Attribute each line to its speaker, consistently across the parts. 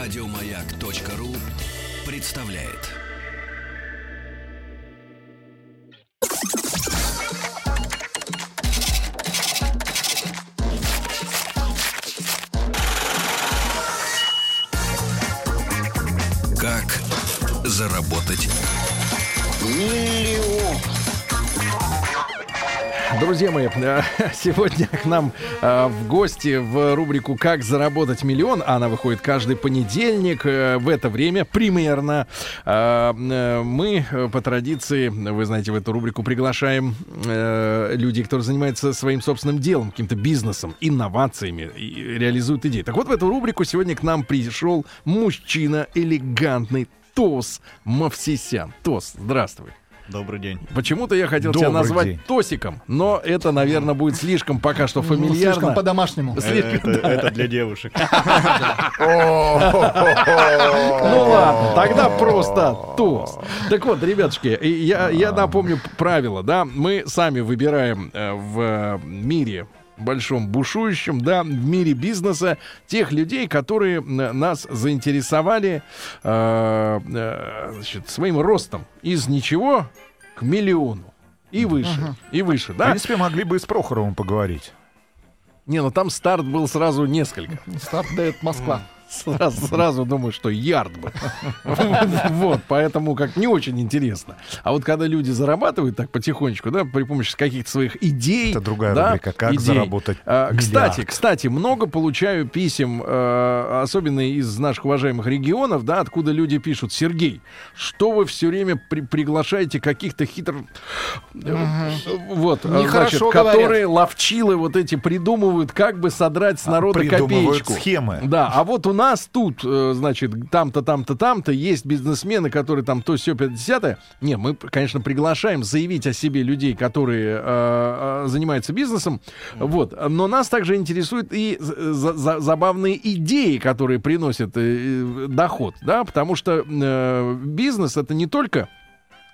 Speaker 1: Радиомаяк.ру представляет. Как заработать
Speaker 2: Друзья мои, э, сегодня к нам э, в гости в рубрику «Как заработать миллион». Она выходит каждый понедельник. Э, В это время примерно э, э, мы э, по традиции, вы знаете, в эту рубрику приглашаем э, людей, которые занимаются своим собственным делом, каким-то бизнесом, инновациями, и реализуют идеи. Так вот, в эту рубрику сегодня к нам пришел мужчина элегантный, Тос Мавсисян. Тос, здравствуй.
Speaker 3: Добрый день.
Speaker 2: Почему-то я хотел тебя
Speaker 4: Добрый
Speaker 2: назвать
Speaker 4: день. Ну,
Speaker 2: Тосиком, но это, наверное, будет Ну, слишком пока что фамильярно.
Speaker 4: Слишком по-домашнему.
Speaker 3: Э, Это, это для девушек.
Speaker 2: Ну ладно, тогда просто Тос. Так вот, ребятушки, и я, я напомню п- правило, да, мы сами выбираем э, в мире большом бушующем, да, в мире бизнеса тех людей, которые м, нас заинтересовали э, э, значит, своим ростом из ничего к миллиону и выше, и выше,
Speaker 4: В
Speaker 2: да?
Speaker 4: принципе, могли бы и с Прохоровым поговорить.
Speaker 2: Не, ну там старт был сразу несколько.
Speaker 4: Старт дает Москва.
Speaker 2: Сразу, сразу думаю, что ярд бы. Вот, поэтому как не очень интересно. А вот когда люди зарабатывают так потихонечку, да, при помощи каких-то своих идей.
Speaker 4: Это другая
Speaker 2: да,
Speaker 4: рубрика. Как
Speaker 2: идей.
Speaker 4: заработать
Speaker 2: А, Кстати,
Speaker 4: миллиард?
Speaker 2: кстати, много получаю писем, э, особенно из наших уважаемых регионов, да, откуда люди пишут, Сергей, что вы все время при- приглашаете каких-то хитр... э, Вот, э, значит,
Speaker 4: Нехорошо говорят.
Speaker 2: которые ловчилы вот эти придумывают, как бы содрать с народа
Speaker 4: А, Придумывают
Speaker 2: копеечку.
Speaker 4: схемы.
Speaker 2: Да, а вот у нас тут, э, значит, там-то, там-то, там-то есть бизнесмены, которые там то все 50 Не, мы, конечно, приглашаем заявить о себе людей, которые э, э, занимаются бизнесом. Вот. Но нас также интересуют и за- за- забавные идеи, которые приносят э, э, доход, да, потому что э, бизнес это не только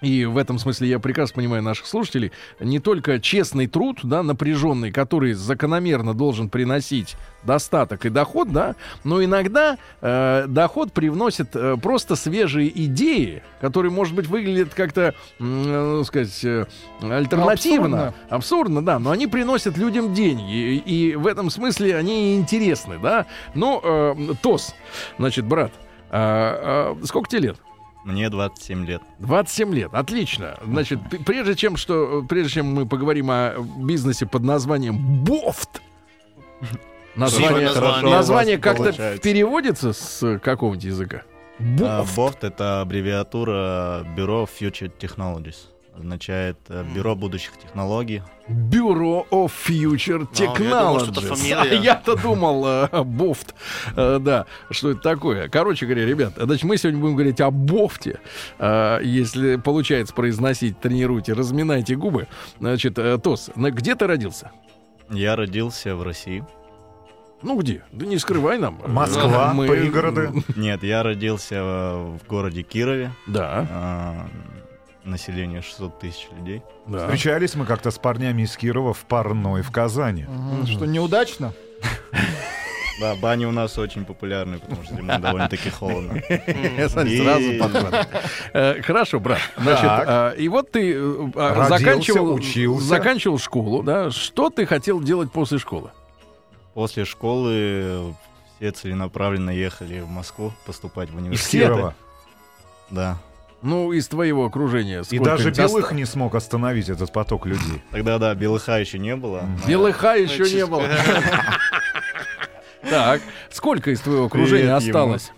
Speaker 2: и в этом смысле я прекрасно понимаю наших слушателей. Не только честный труд, да, напряженный, который закономерно должен приносить достаток и доход, да, но иногда э, доход привносит э, просто свежие идеи, которые, может быть, выглядят как-то, м, э, ну, сказать, э, альтернативно, абсурдно. да, но они приносят людям деньги, и, и в этом смысле они интересны, да. Ну, э, Тос, значит, брат, а, а, сколько тебе лет?
Speaker 3: Мне 27 лет.
Speaker 2: 27 лет, отлично. Значит, п- прежде чем что, прежде чем мы поговорим о бизнесе под названием Бофт, название,
Speaker 3: Хорошо у вас
Speaker 2: название как-то
Speaker 3: получается.
Speaker 2: переводится с какого-нибудь языка?
Speaker 3: А,
Speaker 2: Бофт.
Speaker 3: Бофт — это аббревиатура Бюро Future Technologies. Означает э, Бюро будущих технологий.
Speaker 2: Бюро of Future
Speaker 5: я думал, что это
Speaker 2: Technologies. А
Speaker 5: фамилия.
Speaker 2: Я-то думал, э, Бофт, Э, да, что это такое. Короче говоря, ребят, значит, мы сегодня будем говорить о Бофте. Э, Если получается произносить, тренируйте, разминайте губы. Значит, э, Тос, на- где ты родился?
Speaker 3: Я родился в России.
Speaker 2: Ну где? Да не скрывай нам.
Speaker 4: Москва,
Speaker 2: Мы-
Speaker 4: пригороды.
Speaker 3: Нет, я родился э, в городе Кирове.
Speaker 2: Да,
Speaker 3: А, Население 600 тысяч людей.
Speaker 2: да.
Speaker 4: Встречались мы как-то с парнями из Кирова в парной в Казани.
Speaker 6: Что неудачно?
Speaker 3: Да, бани у нас очень популярны, потому что зимой довольно-таки холодно.
Speaker 2: Смотри,
Speaker 3: И-
Speaker 2: сразу подхватывает. Э, Хорошо, брат. Значит,
Speaker 4: Так.
Speaker 2: э, и вот ты э, э,
Speaker 4: Родился,
Speaker 2: заканчивал,
Speaker 4: учился.
Speaker 2: заканчивал школу, да? Что ты хотел делать после школы?
Speaker 3: После школы все целенаправленно ехали в Москву поступать в
Speaker 4: Из
Speaker 3: университет.
Speaker 4: Кирова.
Speaker 3: Да.
Speaker 2: Ну, из твоего окружения.
Speaker 4: И
Speaker 2: сколько
Speaker 4: даже
Speaker 2: тебя
Speaker 4: белых
Speaker 2: оста-
Speaker 4: не смог остановить этот поток людей.
Speaker 3: Тогда, да, белыха еще не было. но-
Speaker 2: Белыха еще А не было. э, Так, сколько из твоего окружения
Speaker 3: Привет ему.
Speaker 2: осталось?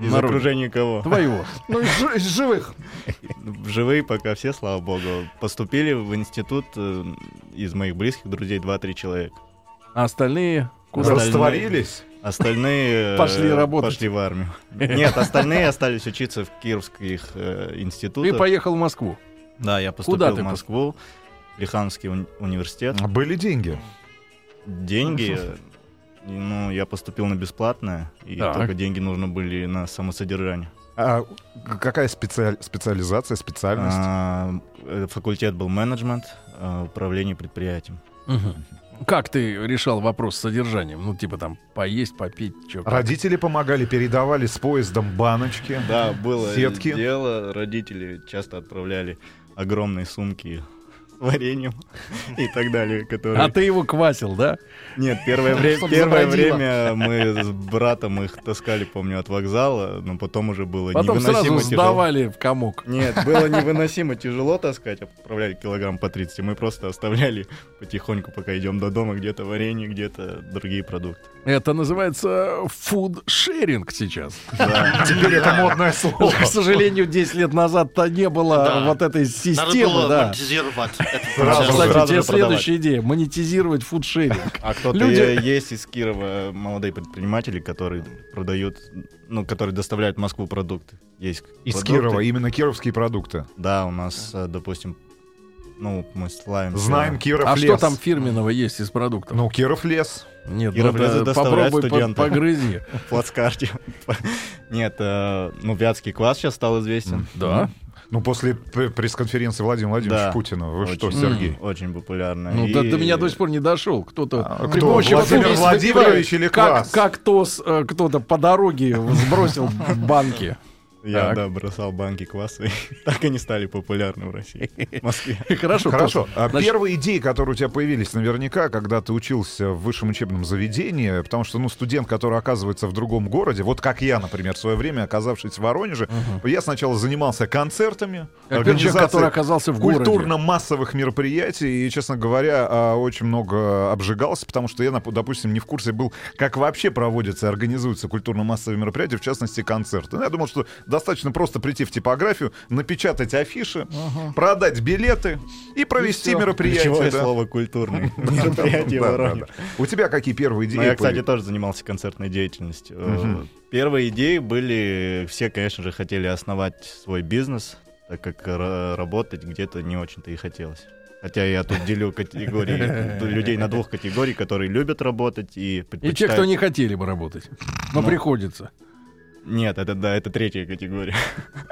Speaker 3: Из
Speaker 2: народу?
Speaker 3: окружения кого?
Speaker 2: Твоего.
Speaker 6: Ну, из, жи- из живых.
Speaker 3: Живые пока все, слава богу. Поступили в институт э, из моих близких друзей 2-3 человека.
Speaker 2: А остальные куда?
Speaker 3: Остальные-
Speaker 4: Растворились.
Speaker 3: Остальные э,
Speaker 2: Пошли работать.
Speaker 3: Пошли в армию. Нет, остальные остались учиться в кировских э,
Speaker 2: Ты
Speaker 3: институтах.
Speaker 2: поехал в Москву.
Speaker 3: Да, я поступил
Speaker 2: Куда ты
Speaker 3: в Москву, Лиханский уни- университет.
Speaker 4: Были деньги.
Speaker 3: Деньги, э, ну, я поступил на бесплатное, и
Speaker 2: Так.
Speaker 3: только деньги нужно были на самосодержание.
Speaker 4: А какая специаль- специализация, специальность?
Speaker 3: А, э, Факультет был менеджмент, э, управление а, предприятием.
Speaker 2: Мгм. Как ты решал вопрос с содержанием? Ну, типа там поесть, попить, что
Speaker 4: Родители помогали, передавали с поездом баночки.
Speaker 3: Да, было
Speaker 4: Сетки.
Speaker 3: дело. Родители часто отправляли огромные сумки с вареньем и так далее, которые...
Speaker 2: А ты его квасил, да?
Speaker 3: Нет, первое, вре-
Speaker 6: Чтоб
Speaker 3: первое
Speaker 6: заводило.
Speaker 3: время мы с братом их таскали, помню, от вокзала, но потом уже было
Speaker 2: Потом сразу
Speaker 3: невыносимо тяжело.
Speaker 2: сдавали в комок.
Speaker 3: Нет, было невыносимо тяжело таскать, отправляли килограмм по 30. Мы просто оставляли потихоньку, пока идем до дома, где-то варенье, где-то другие продукты.
Speaker 2: Это называется фудшеринг сейчас.
Speaker 4: Теперь это модное слово.
Speaker 2: К сожалению, 10 лет назад-то не было
Speaker 5: Да.
Speaker 2: вот этой
Speaker 5: Надо
Speaker 2: системы,
Speaker 5: было
Speaker 2: да. А,
Speaker 5: монетизировать этот
Speaker 4: Сразу
Speaker 5: процесс.
Speaker 4: же.
Speaker 2: Кстати, тебе
Speaker 3: продавать.
Speaker 2: следующая идея — монетизировать фудшеринг.
Speaker 3: А кто-то
Speaker 2: Люди-
Speaker 3: е- есть из Кирова молодые предприниматели, которые продают, ну, которые доставляют в Москву продукты. Есть
Speaker 4: Из
Speaker 3: продукты.
Speaker 4: Кирова, А. именно кировские продукты.
Speaker 3: Да, у нас, э, допустим, ну, мы славим.
Speaker 4: Знаем Киров
Speaker 2: А
Speaker 4: лес.
Speaker 2: что там фирменного есть из продуктов?
Speaker 4: Ну, Киров лес.
Speaker 2: Нет,
Speaker 3: Ира,
Speaker 2: ну это
Speaker 3: это доставляют
Speaker 2: попробуй по-
Speaker 3: студенты.
Speaker 2: погрызи.
Speaker 3: в плацкарте. Нет, э, ну, вятский квас сейчас стал известен.
Speaker 2: Да.
Speaker 4: Ну, после п- пресс-конференции Владимира Владимировича
Speaker 3: Да.
Speaker 4: Путина. Вы
Speaker 3: Очень.
Speaker 4: что, Сергей?
Speaker 3: Очень популярно.
Speaker 2: Ну,
Speaker 3: И-
Speaker 2: до, до меня до сих пор не дошел. Кто-то
Speaker 4: А
Speaker 2: при
Speaker 4: кто,
Speaker 2: помощи вот
Speaker 4: Владимир
Speaker 2: этого-
Speaker 4: Владимирович или
Speaker 2: как,
Speaker 4: Квас?
Speaker 2: как тос, э, кто-то по дороге сбросил в банки.
Speaker 3: Я,
Speaker 2: Так.
Speaker 3: да, бросал банки кваса, и так они стали популярны в России, в Москве.
Speaker 2: Хорошо,
Speaker 4: Хорошо.
Speaker 2: Тош.
Speaker 4: А
Speaker 2: Значит,
Speaker 4: Первые идеи, которые у тебя появились наверняка, когда ты учился в высшем учебном заведении, потому что, ну, студент, который оказывается в другом городе, вот как я, например, в свое время, оказавшись в Воронеже, я сначала занимался концертами,
Speaker 2: Как тот человек, который оказался в городе.
Speaker 4: культурно-массовых мероприятий, и, честно говоря, а, очень много обжигался, потому что я, нап- допустим, не в курсе был, как вообще проводятся и организуются культурно-массовые мероприятия, в частности, концерты. Ну, Я думал, что достаточно просто прийти в типографию, напечатать афиши, продать билеты и провести
Speaker 6: всё.
Speaker 4: мероприятие.
Speaker 3: Ключевое
Speaker 4: да.
Speaker 3: слово «культурный».
Speaker 4: Да,
Speaker 3: Мероприятие в
Speaker 4: да,
Speaker 3: Воронеже.
Speaker 4: да. У тебя какие первые идеи?
Speaker 3: Ну, я, кстати,
Speaker 4: были?
Speaker 3: тоже занимался концертной деятельностью.
Speaker 4: Мгм.
Speaker 3: Э, Первые идеи были, все, конечно же, хотели основать свой бизнес, так как ра- работать где-то не очень-то и хотелось. Хотя я тут делю категории людей на двух категорий, которые любят работать и
Speaker 2: И
Speaker 3: предпочитают...
Speaker 2: те, кто не хотели бы работать, но
Speaker 3: Ну.
Speaker 2: приходится.
Speaker 3: Нет, это да, это третья категория.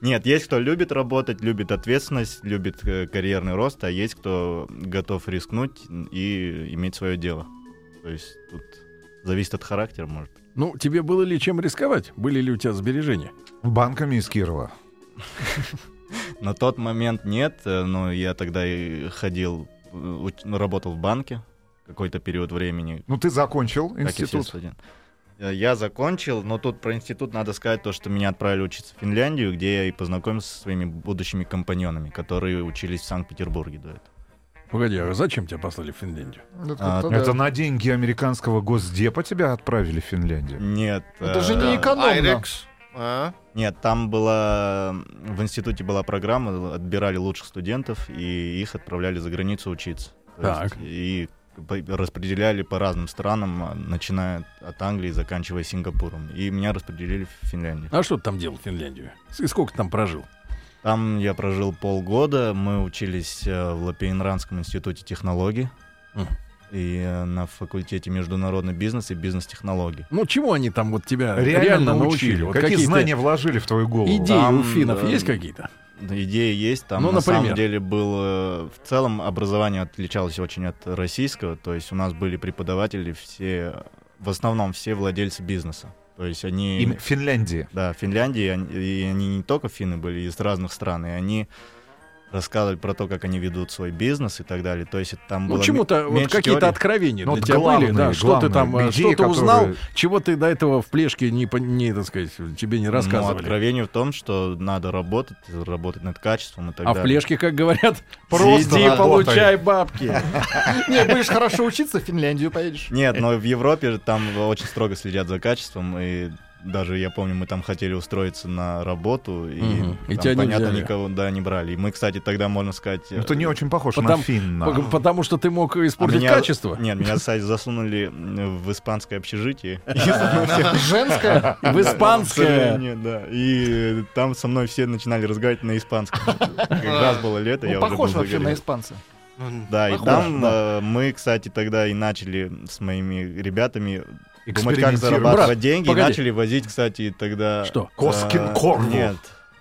Speaker 3: Нет, есть кто любит работать, любит ответственность, любит э, карьерный рост, а есть кто готов рискнуть и иметь свое дело. То есть тут зависит от характера, может. быть.
Speaker 2: Ну, тебе было ли чем рисковать? Были ли у тебя сбережения?
Speaker 4: Банками из Кирова.
Speaker 3: На тот момент нет, э, но я тогда и ходил, э, уч- ну, работал в банке какой-то период времени,
Speaker 4: Ну, ты закончил
Speaker 3: как и все
Speaker 4: институт.
Speaker 3: студенты. Э, Я закончил, но тут про институт надо сказать то, что меня отправили учиться в Финляндию, где я и познакомился со своими будущими компаньонами, которые учились в Санкт-Петербурге до этого.
Speaker 2: Погоди, а зачем тебя послали в Финляндию?
Speaker 3: А,
Speaker 6: как-то
Speaker 4: Это
Speaker 6: да.
Speaker 4: на деньги американского госдепа тебя отправили в Финляндию?
Speaker 3: Нет.
Speaker 6: Ну, Это
Speaker 3: э,
Speaker 6: же не экономно.
Speaker 5: Айрекс. А?
Speaker 3: Нет, там была... В институте была программа, отбирали лучших студентов, и их отправляли за границу учиться. То
Speaker 2: Так.
Speaker 3: есть и по- распределяли по разным странам, а, начиная от Англии, заканчивая Сингапуром. И меня распределили в Финляндию.
Speaker 2: А что ты там делал в Финляндии? И сколько ты там прожил?
Speaker 3: Там я прожил полгода. Мы учились э, в Лапейнранском институте технологий.
Speaker 2: Мгм.
Speaker 3: И э, на факультете международный бизнес и бизнес-технологий.
Speaker 2: Ну, чему они там вот тебя э, реально,
Speaker 4: Реально,
Speaker 2: научили?
Speaker 4: научили.
Speaker 2: Вот
Speaker 4: какие,
Speaker 2: какие-то
Speaker 4: знания вложили в твою голову?
Speaker 2: Идеи у
Speaker 3: Там,
Speaker 2: финнов
Speaker 3: э,
Speaker 2: есть какие-то?
Speaker 3: Да, Идея есть, там
Speaker 2: Ну,
Speaker 3: на самом
Speaker 2: например.
Speaker 3: деле было... э, В целом образование отличалось очень от российского, то есть у нас были преподаватели все, в основном все владельцы бизнеса. То есть они...
Speaker 4: Им- Финляндии.
Speaker 3: Да, в Финляндии, они- и они не только финны были, из разных стран, и они рассказывали про то, как они ведут свой бизнес и так далее. То есть это там
Speaker 2: Ну,
Speaker 3: было...
Speaker 2: чему-то вот
Speaker 3: меньше
Speaker 2: какие-то
Speaker 3: теории.
Speaker 2: откровения
Speaker 4: Ну,
Speaker 2: для
Speaker 4: вот
Speaker 2: тебя
Speaker 4: главные,
Speaker 2: были, да, что ты
Speaker 4: главные
Speaker 2: там, э,
Speaker 4: идеи,
Speaker 2: что ты
Speaker 4: которые-
Speaker 2: узнал, чего ты до этого в плешке не, пон- не так сказать, тебе не
Speaker 3: ну,
Speaker 2: рассказывали.
Speaker 3: откровение в том, что надо работать, работать над качеством и так
Speaker 2: а в
Speaker 3: далее.
Speaker 2: плешке, как говорят,
Speaker 4: Просто
Speaker 2: иди
Speaker 4: работай.
Speaker 2: получай бабки.
Speaker 6: Не, будешь хорошо учиться, в Финляндию поедешь.
Speaker 3: Нет, но в Европе же там очень строго следят за качеством, и даже я помню, мы там хотели устроиться на работу, и,
Speaker 2: Мгм. И
Speaker 3: там,
Speaker 2: тебя не
Speaker 3: понятно,
Speaker 2: взяли.
Speaker 3: никого да, не брали. И мы, кстати, тогда, можно сказать...
Speaker 4: Ну, ты не
Speaker 3: э,
Speaker 4: очень похож на
Speaker 2: Потом-
Speaker 4: финна.
Speaker 2: Пог- Потому что ты мог
Speaker 3: а
Speaker 2: испортить
Speaker 3: меня-
Speaker 2: качество.
Speaker 3: Нет, меня, кстати, засунули м, в испанское общежитие. И со мной все-
Speaker 6: Женская?
Speaker 2: В
Speaker 3: К
Speaker 2: испанское.
Speaker 3: сожалению, да. И э, там со мной все начинали разговаривать на испанском. Как раз было лето, я
Speaker 6: Ну,
Speaker 3: уже
Speaker 6: похож
Speaker 3: был
Speaker 6: вообще на
Speaker 3: заговорен.
Speaker 6: испанца.
Speaker 5: Ну,
Speaker 3: Да, и
Speaker 6: Похож,
Speaker 3: там
Speaker 6: да.
Speaker 3: э, мы, кстати, тогда и начали с моими ребятами думать, как
Speaker 4: Экспериментировать.
Speaker 3: зарабатывать деньги. и
Speaker 2: погоди.
Speaker 3: начали возить, кстати, тогда...
Speaker 2: Что?
Speaker 3: э,
Speaker 4: Коскин Корву.
Speaker 3: Нет.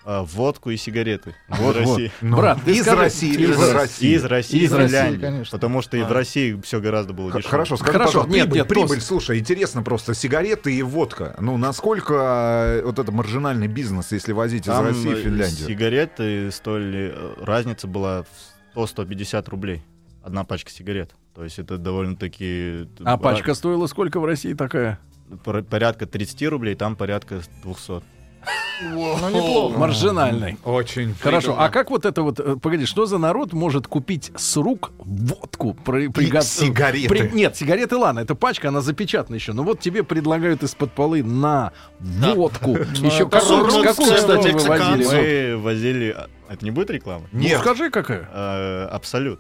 Speaker 3: а, водку и сигареты
Speaker 4: Вот,
Speaker 3: из
Speaker 4: вот.
Speaker 3: России.
Speaker 4: Ну,
Speaker 2: Брат, ты
Speaker 4: из
Speaker 2: скажи-
Speaker 4: России,
Speaker 5: из
Speaker 4: из
Speaker 5: России.
Speaker 4: России.
Speaker 3: Из России,
Speaker 6: Из
Speaker 3: из
Speaker 6: России,
Speaker 3: Финляндии.
Speaker 6: конечно.
Speaker 3: Потому что и в
Speaker 5: А.
Speaker 3: России все гораздо было
Speaker 4: Х-
Speaker 3: дешевле.
Speaker 4: Хорошо, скажи,
Speaker 2: Хорошо,
Speaker 4: пожалуйста,
Speaker 2: нет,
Speaker 4: прибыль,
Speaker 2: нет,
Speaker 4: прибыль,
Speaker 2: просто-
Speaker 4: слушай, интересно просто, сигареты и водка, ну, насколько э, вот это маржинальный бизнес, если возить
Speaker 3: Там,
Speaker 4: из России в
Speaker 3: э,
Speaker 4: Финляндию?
Speaker 3: Сигареты стоили, э, разница была в 100-150 рублей. Одна пачка сигарет. То есть это довольно-таки... э,
Speaker 2: А пачка стоила сколько в России такая?
Speaker 3: пор- Порядка 30 рублей, там порядка 200.
Speaker 6: Ну, неплохо.
Speaker 2: Маржинальной.
Speaker 4: Очень.
Speaker 2: Хорошо, а как вот это вот, э, погоди, что за народ может купить с рук водку? При, приго-
Speaker 4: сигареты.
Speaker 2: при- нет, сигареты, ладно, это пачка, она запечатана еще. Но вот тебе предлагают из-под полы на водку. Еще
Speaker 6: Ну,
Speaker 2: какую,
Speaker 6: коррупция,
Speaker 2: какую, кстати, вы
Speaker 5: мексиканцы.
Speaker 2: возили? Ну,
Speaker 3: Мы возили... а, Это не будет реклама?
Speaker 4: Нет.
Speaker 2: скажи, какая.
Speaker 3: Э, Абсолют.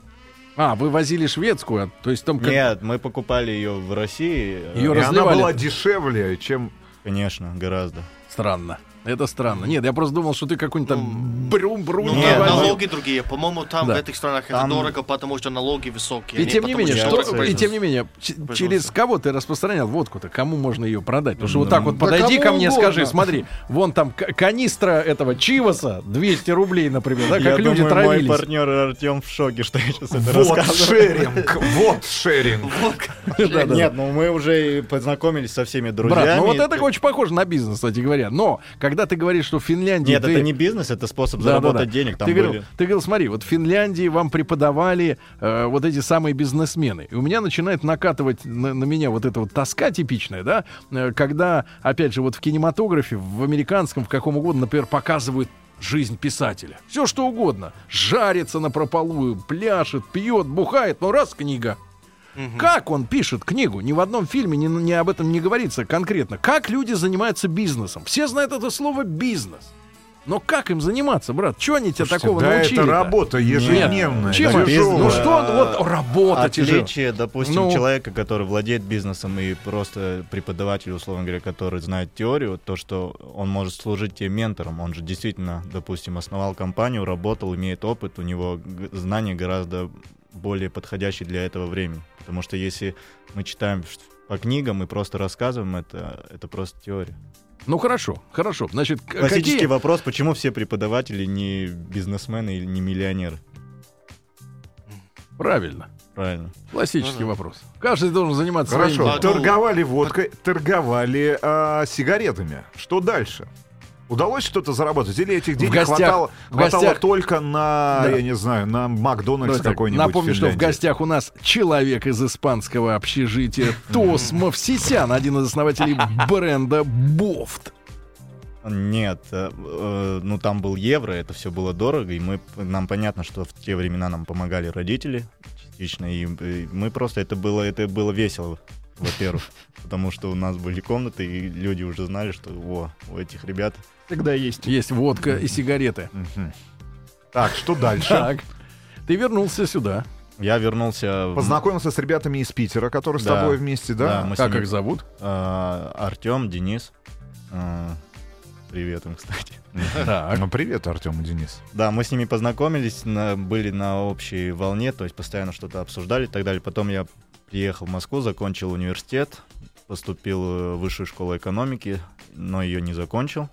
Speaker 2: А, вы возили шведскую, то есть там как-
Speaker 3: Нет, мы покупали ее в России. э,
Speaker 2: Её
Speaker 4: И она
Speaker 2: разливали.
Speaker 4: была дешевле, чем...
Speaker 3: Конечно, гораздо.
Speaker 2: Странно. Это странно. Нет, я просто думал, что ты какой-нибудь там брюм-брюм
Speaker 5: Ну,
Speaker 3: Нет,
Speaker 5: на-
Speaker 3: ну-
Speaker 5: налоги другие. По-моему, там
Speaker 2: Да.
Speaker 5: в этих странах это
Speaker 3: Там-
Speaker 5: дорого, потому что налоги высокие.
Speaker 2: И тем не
Speaker 5: потому
Speaker 2: менее,
Speaker 5: что
Speaker 2: что,
Speaker 5: это
Speaker 2: и
Speaker 5: бизнес.
Speaker 2: тем не менее, ч-
Speaker 5: Производство.
Speaker 2: через кого ты распространял водку-то? Кому можно ее продать? Потому что вот
Speaker 3: Ну, Да
Speaker 2: так вот
Speaker 6: кому
Speaker 2: подойди ко мне,
Speaker 6: угодно.
Speaker 2: скажи, смотри, вон там к- канистра этого Чиваса 200 рублей, например, да,
Speaker 3: я
Speaker 2: как люди
Speaker 3: думаю, мой
Speaker 2: травились.
Speaker 3: партнер Артем в шоке, что я сейчас это
Speaker 2: Ну,
Speaker 4: Вот
Speaker 3: рассказываю.
Speaker 4: шеринг, вот шеринг.
Speaker 2: Да, да, да.
Speaker 3: Нет, ну мы уже и познакомились со всеми друзьями.
Speaker 2: Брат, ну вот это очень похоже на бизнес, кстати говоря. Но когда ты говоришь, что в Финляндии...
Speaker 3: Нет,
Speaker 2: ты-
Speaker 3: это не бизнес, это способ
Speaker 2: Да, да, да.
Speaker 3: заработать денег. Там
Speaker 2: ты, говорил,
Speaker 3: были.
Speaker 2: ты говорил, смотри, вот в Финляндии вам преподавали э, вот эти самые бизнесмены. И у меня начинает накатывать на, на меня вот эта вот тоска типичная, да, э, когда, опять же, вот в кинематографе, в американском, в каком угодно, например, показывают жизнь писателя. Все что угодно. Жарится на прополую, пляшет, пьет, бухает, но раз книга. Как он пишет книгу? Ни в одном фильме ни, ни об этом не говорится конкретно. Как люди занимаются бизнесом? Все знают это слово бизнес. Но как им заниматься, брат? Чего они тебя такого
Speaker 4: да,
Speaker 2: научили?
Speaker 4: это работа ежедневная,
Speaker 2: Чем? это?
Speaker 4: тяжелая.
Speaker 2: Ну что, вот работа тяжелая.
Speaker 3: Отличие, допустим,
Speaker 2: Ну.
Speaker 3: человека, который владеет бизнесом и просто преподаватель, условно говоря, который знает теорию, то, что он может служить тебе ментором. Он же действительно, допустим, основал компанию, работал, имеет опыт, у него г- знания гораздо более подходящие для этого времени. Потому что если мы читаем ш- по книгам и просто рассказываем, это, это просто теория.
Speaker 2: Ну хорошо, хорошо. Значит, к-
Speaker 3: Классический
Speaker 2: Э, какие...
Speaker 3: вопрос, почему все преподаватели не бизнесмены или не миллионеры?
Speaker 2: Правильно.
Speaker 3: Правильно.
Speaker 2: Классический
Speaker 5: Ну да.
Speaker 2: вопрос. Каждый должен заниматься своим
Speaker 4: Хорошо,
Speaker 5: Ладно.
Speaker 2: делом.
Speaker 4: торговали водкой, торговали а, сигаретами. Что дальше? Удалось что-то заработать? Или этих денег
Speaker 2: гостях-
Speaker 4: хватало,
Speaker 2: в
Speaker 4: хватало
Speaker 2: гостях-
Speaker 4: только на,
Speaker 2: Да.
Speaker 4: я не знаю, на Макдональдс
Speaker 2: Давайте так,
Speaker 4: какой-нибудь?
Speaker 2: Напомню, что в
Speaker 4: Финляндии?
Speaker 2: гостях у нас человек из испанского общежития Тос Мовсисян, один из основателей бренда Бофт.
Speaker 3: Нет, э, э, ну там был евро, это все было дорого, и мы, нам понятно, что в те времена нам помогали родители частично, и, э, мы просто, это было, это было весело, во-первых, потому что у нас были комнаты, и люди уже знали, что о, у этих ребят
Speaker 6: Всегда есть.
Speaker 2: Есть водка и сигареты.
Speaker 4: Мгм. Так, что дальше?
Speaker 2: Так. Ты вернулся сюда.
Speaker 3: я вернулся... в-
Speaker 4: Познакомился с ребятами из Питера, которые с
Speaker 3: Да.
Speaker 4: тобой вместе,
Speaker 3: Да,
Speaker 4: да?
Speaker 3: мы
Speaker 2: А Как их зовут?
Speaker 3: Артем, э, Денис. э, Привет им, кстати.
Speaker 2: Так.
Speaker 4: Ну, привет, Артем и Денис.
Speaker 3: Да, мы с ними познакомились, на- были на общей волне, то есть постоянно что-то обсуждали и так далее. Потом я приехал в Москву, закончил университет, поступил э, в высшую школу экономики, но ее не закончил.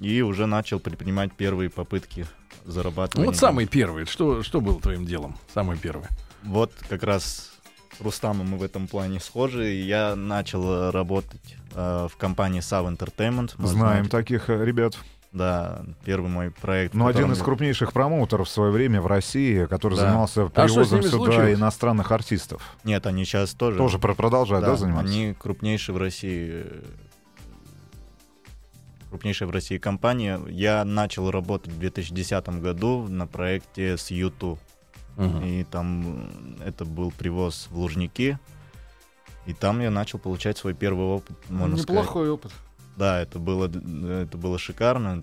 Speaker 3: И уже начал предпринимать первые попытки зарабатывать.
Speaker 2: Вот самый первый. Что, что было твоим делом? Самый первый.
Speaker 3: Вот как раз с Рустамом мы в этом плане схожи. И Я начал э, работать э, в компании Sav Entertainment. Может,
Speaker 4: Знаем
Speaker 3: знаете.
Speaker 4: таких э, ребят.
Speaker 3: Да, первый мой проект. в
Speaker 4: Ну, один
Speaker 3: котором
Speaker 4: из
Speaker 3: я-
Speaker 4: крупнейших промоутеров в свое время в России, который
Speaker 3: Да.
Speaker 4: занимался
Speaker 2: А что с
Speaker 4: привозом
Speaker 2: ними
Speaker 4: сюда
Speaker 2: случилось?
Speaker 4: иностранных артистов.
Speaker 3: Нет, они сейчас тоже.
Speaker 4: Тоже про- продолжают, да, заниматься?
Speaker 3: Они крупнейшие в России э, крупнейшая в России компания. Я начал работать в 2010 году на проекте с YouTube. И там э, это был привоз в Лужники. И там я начал получать свой первый опыт, можно сказать.
Speaker 6: Неплохой опыт.
Speaker 3: Да, это было, д- это было шикарно.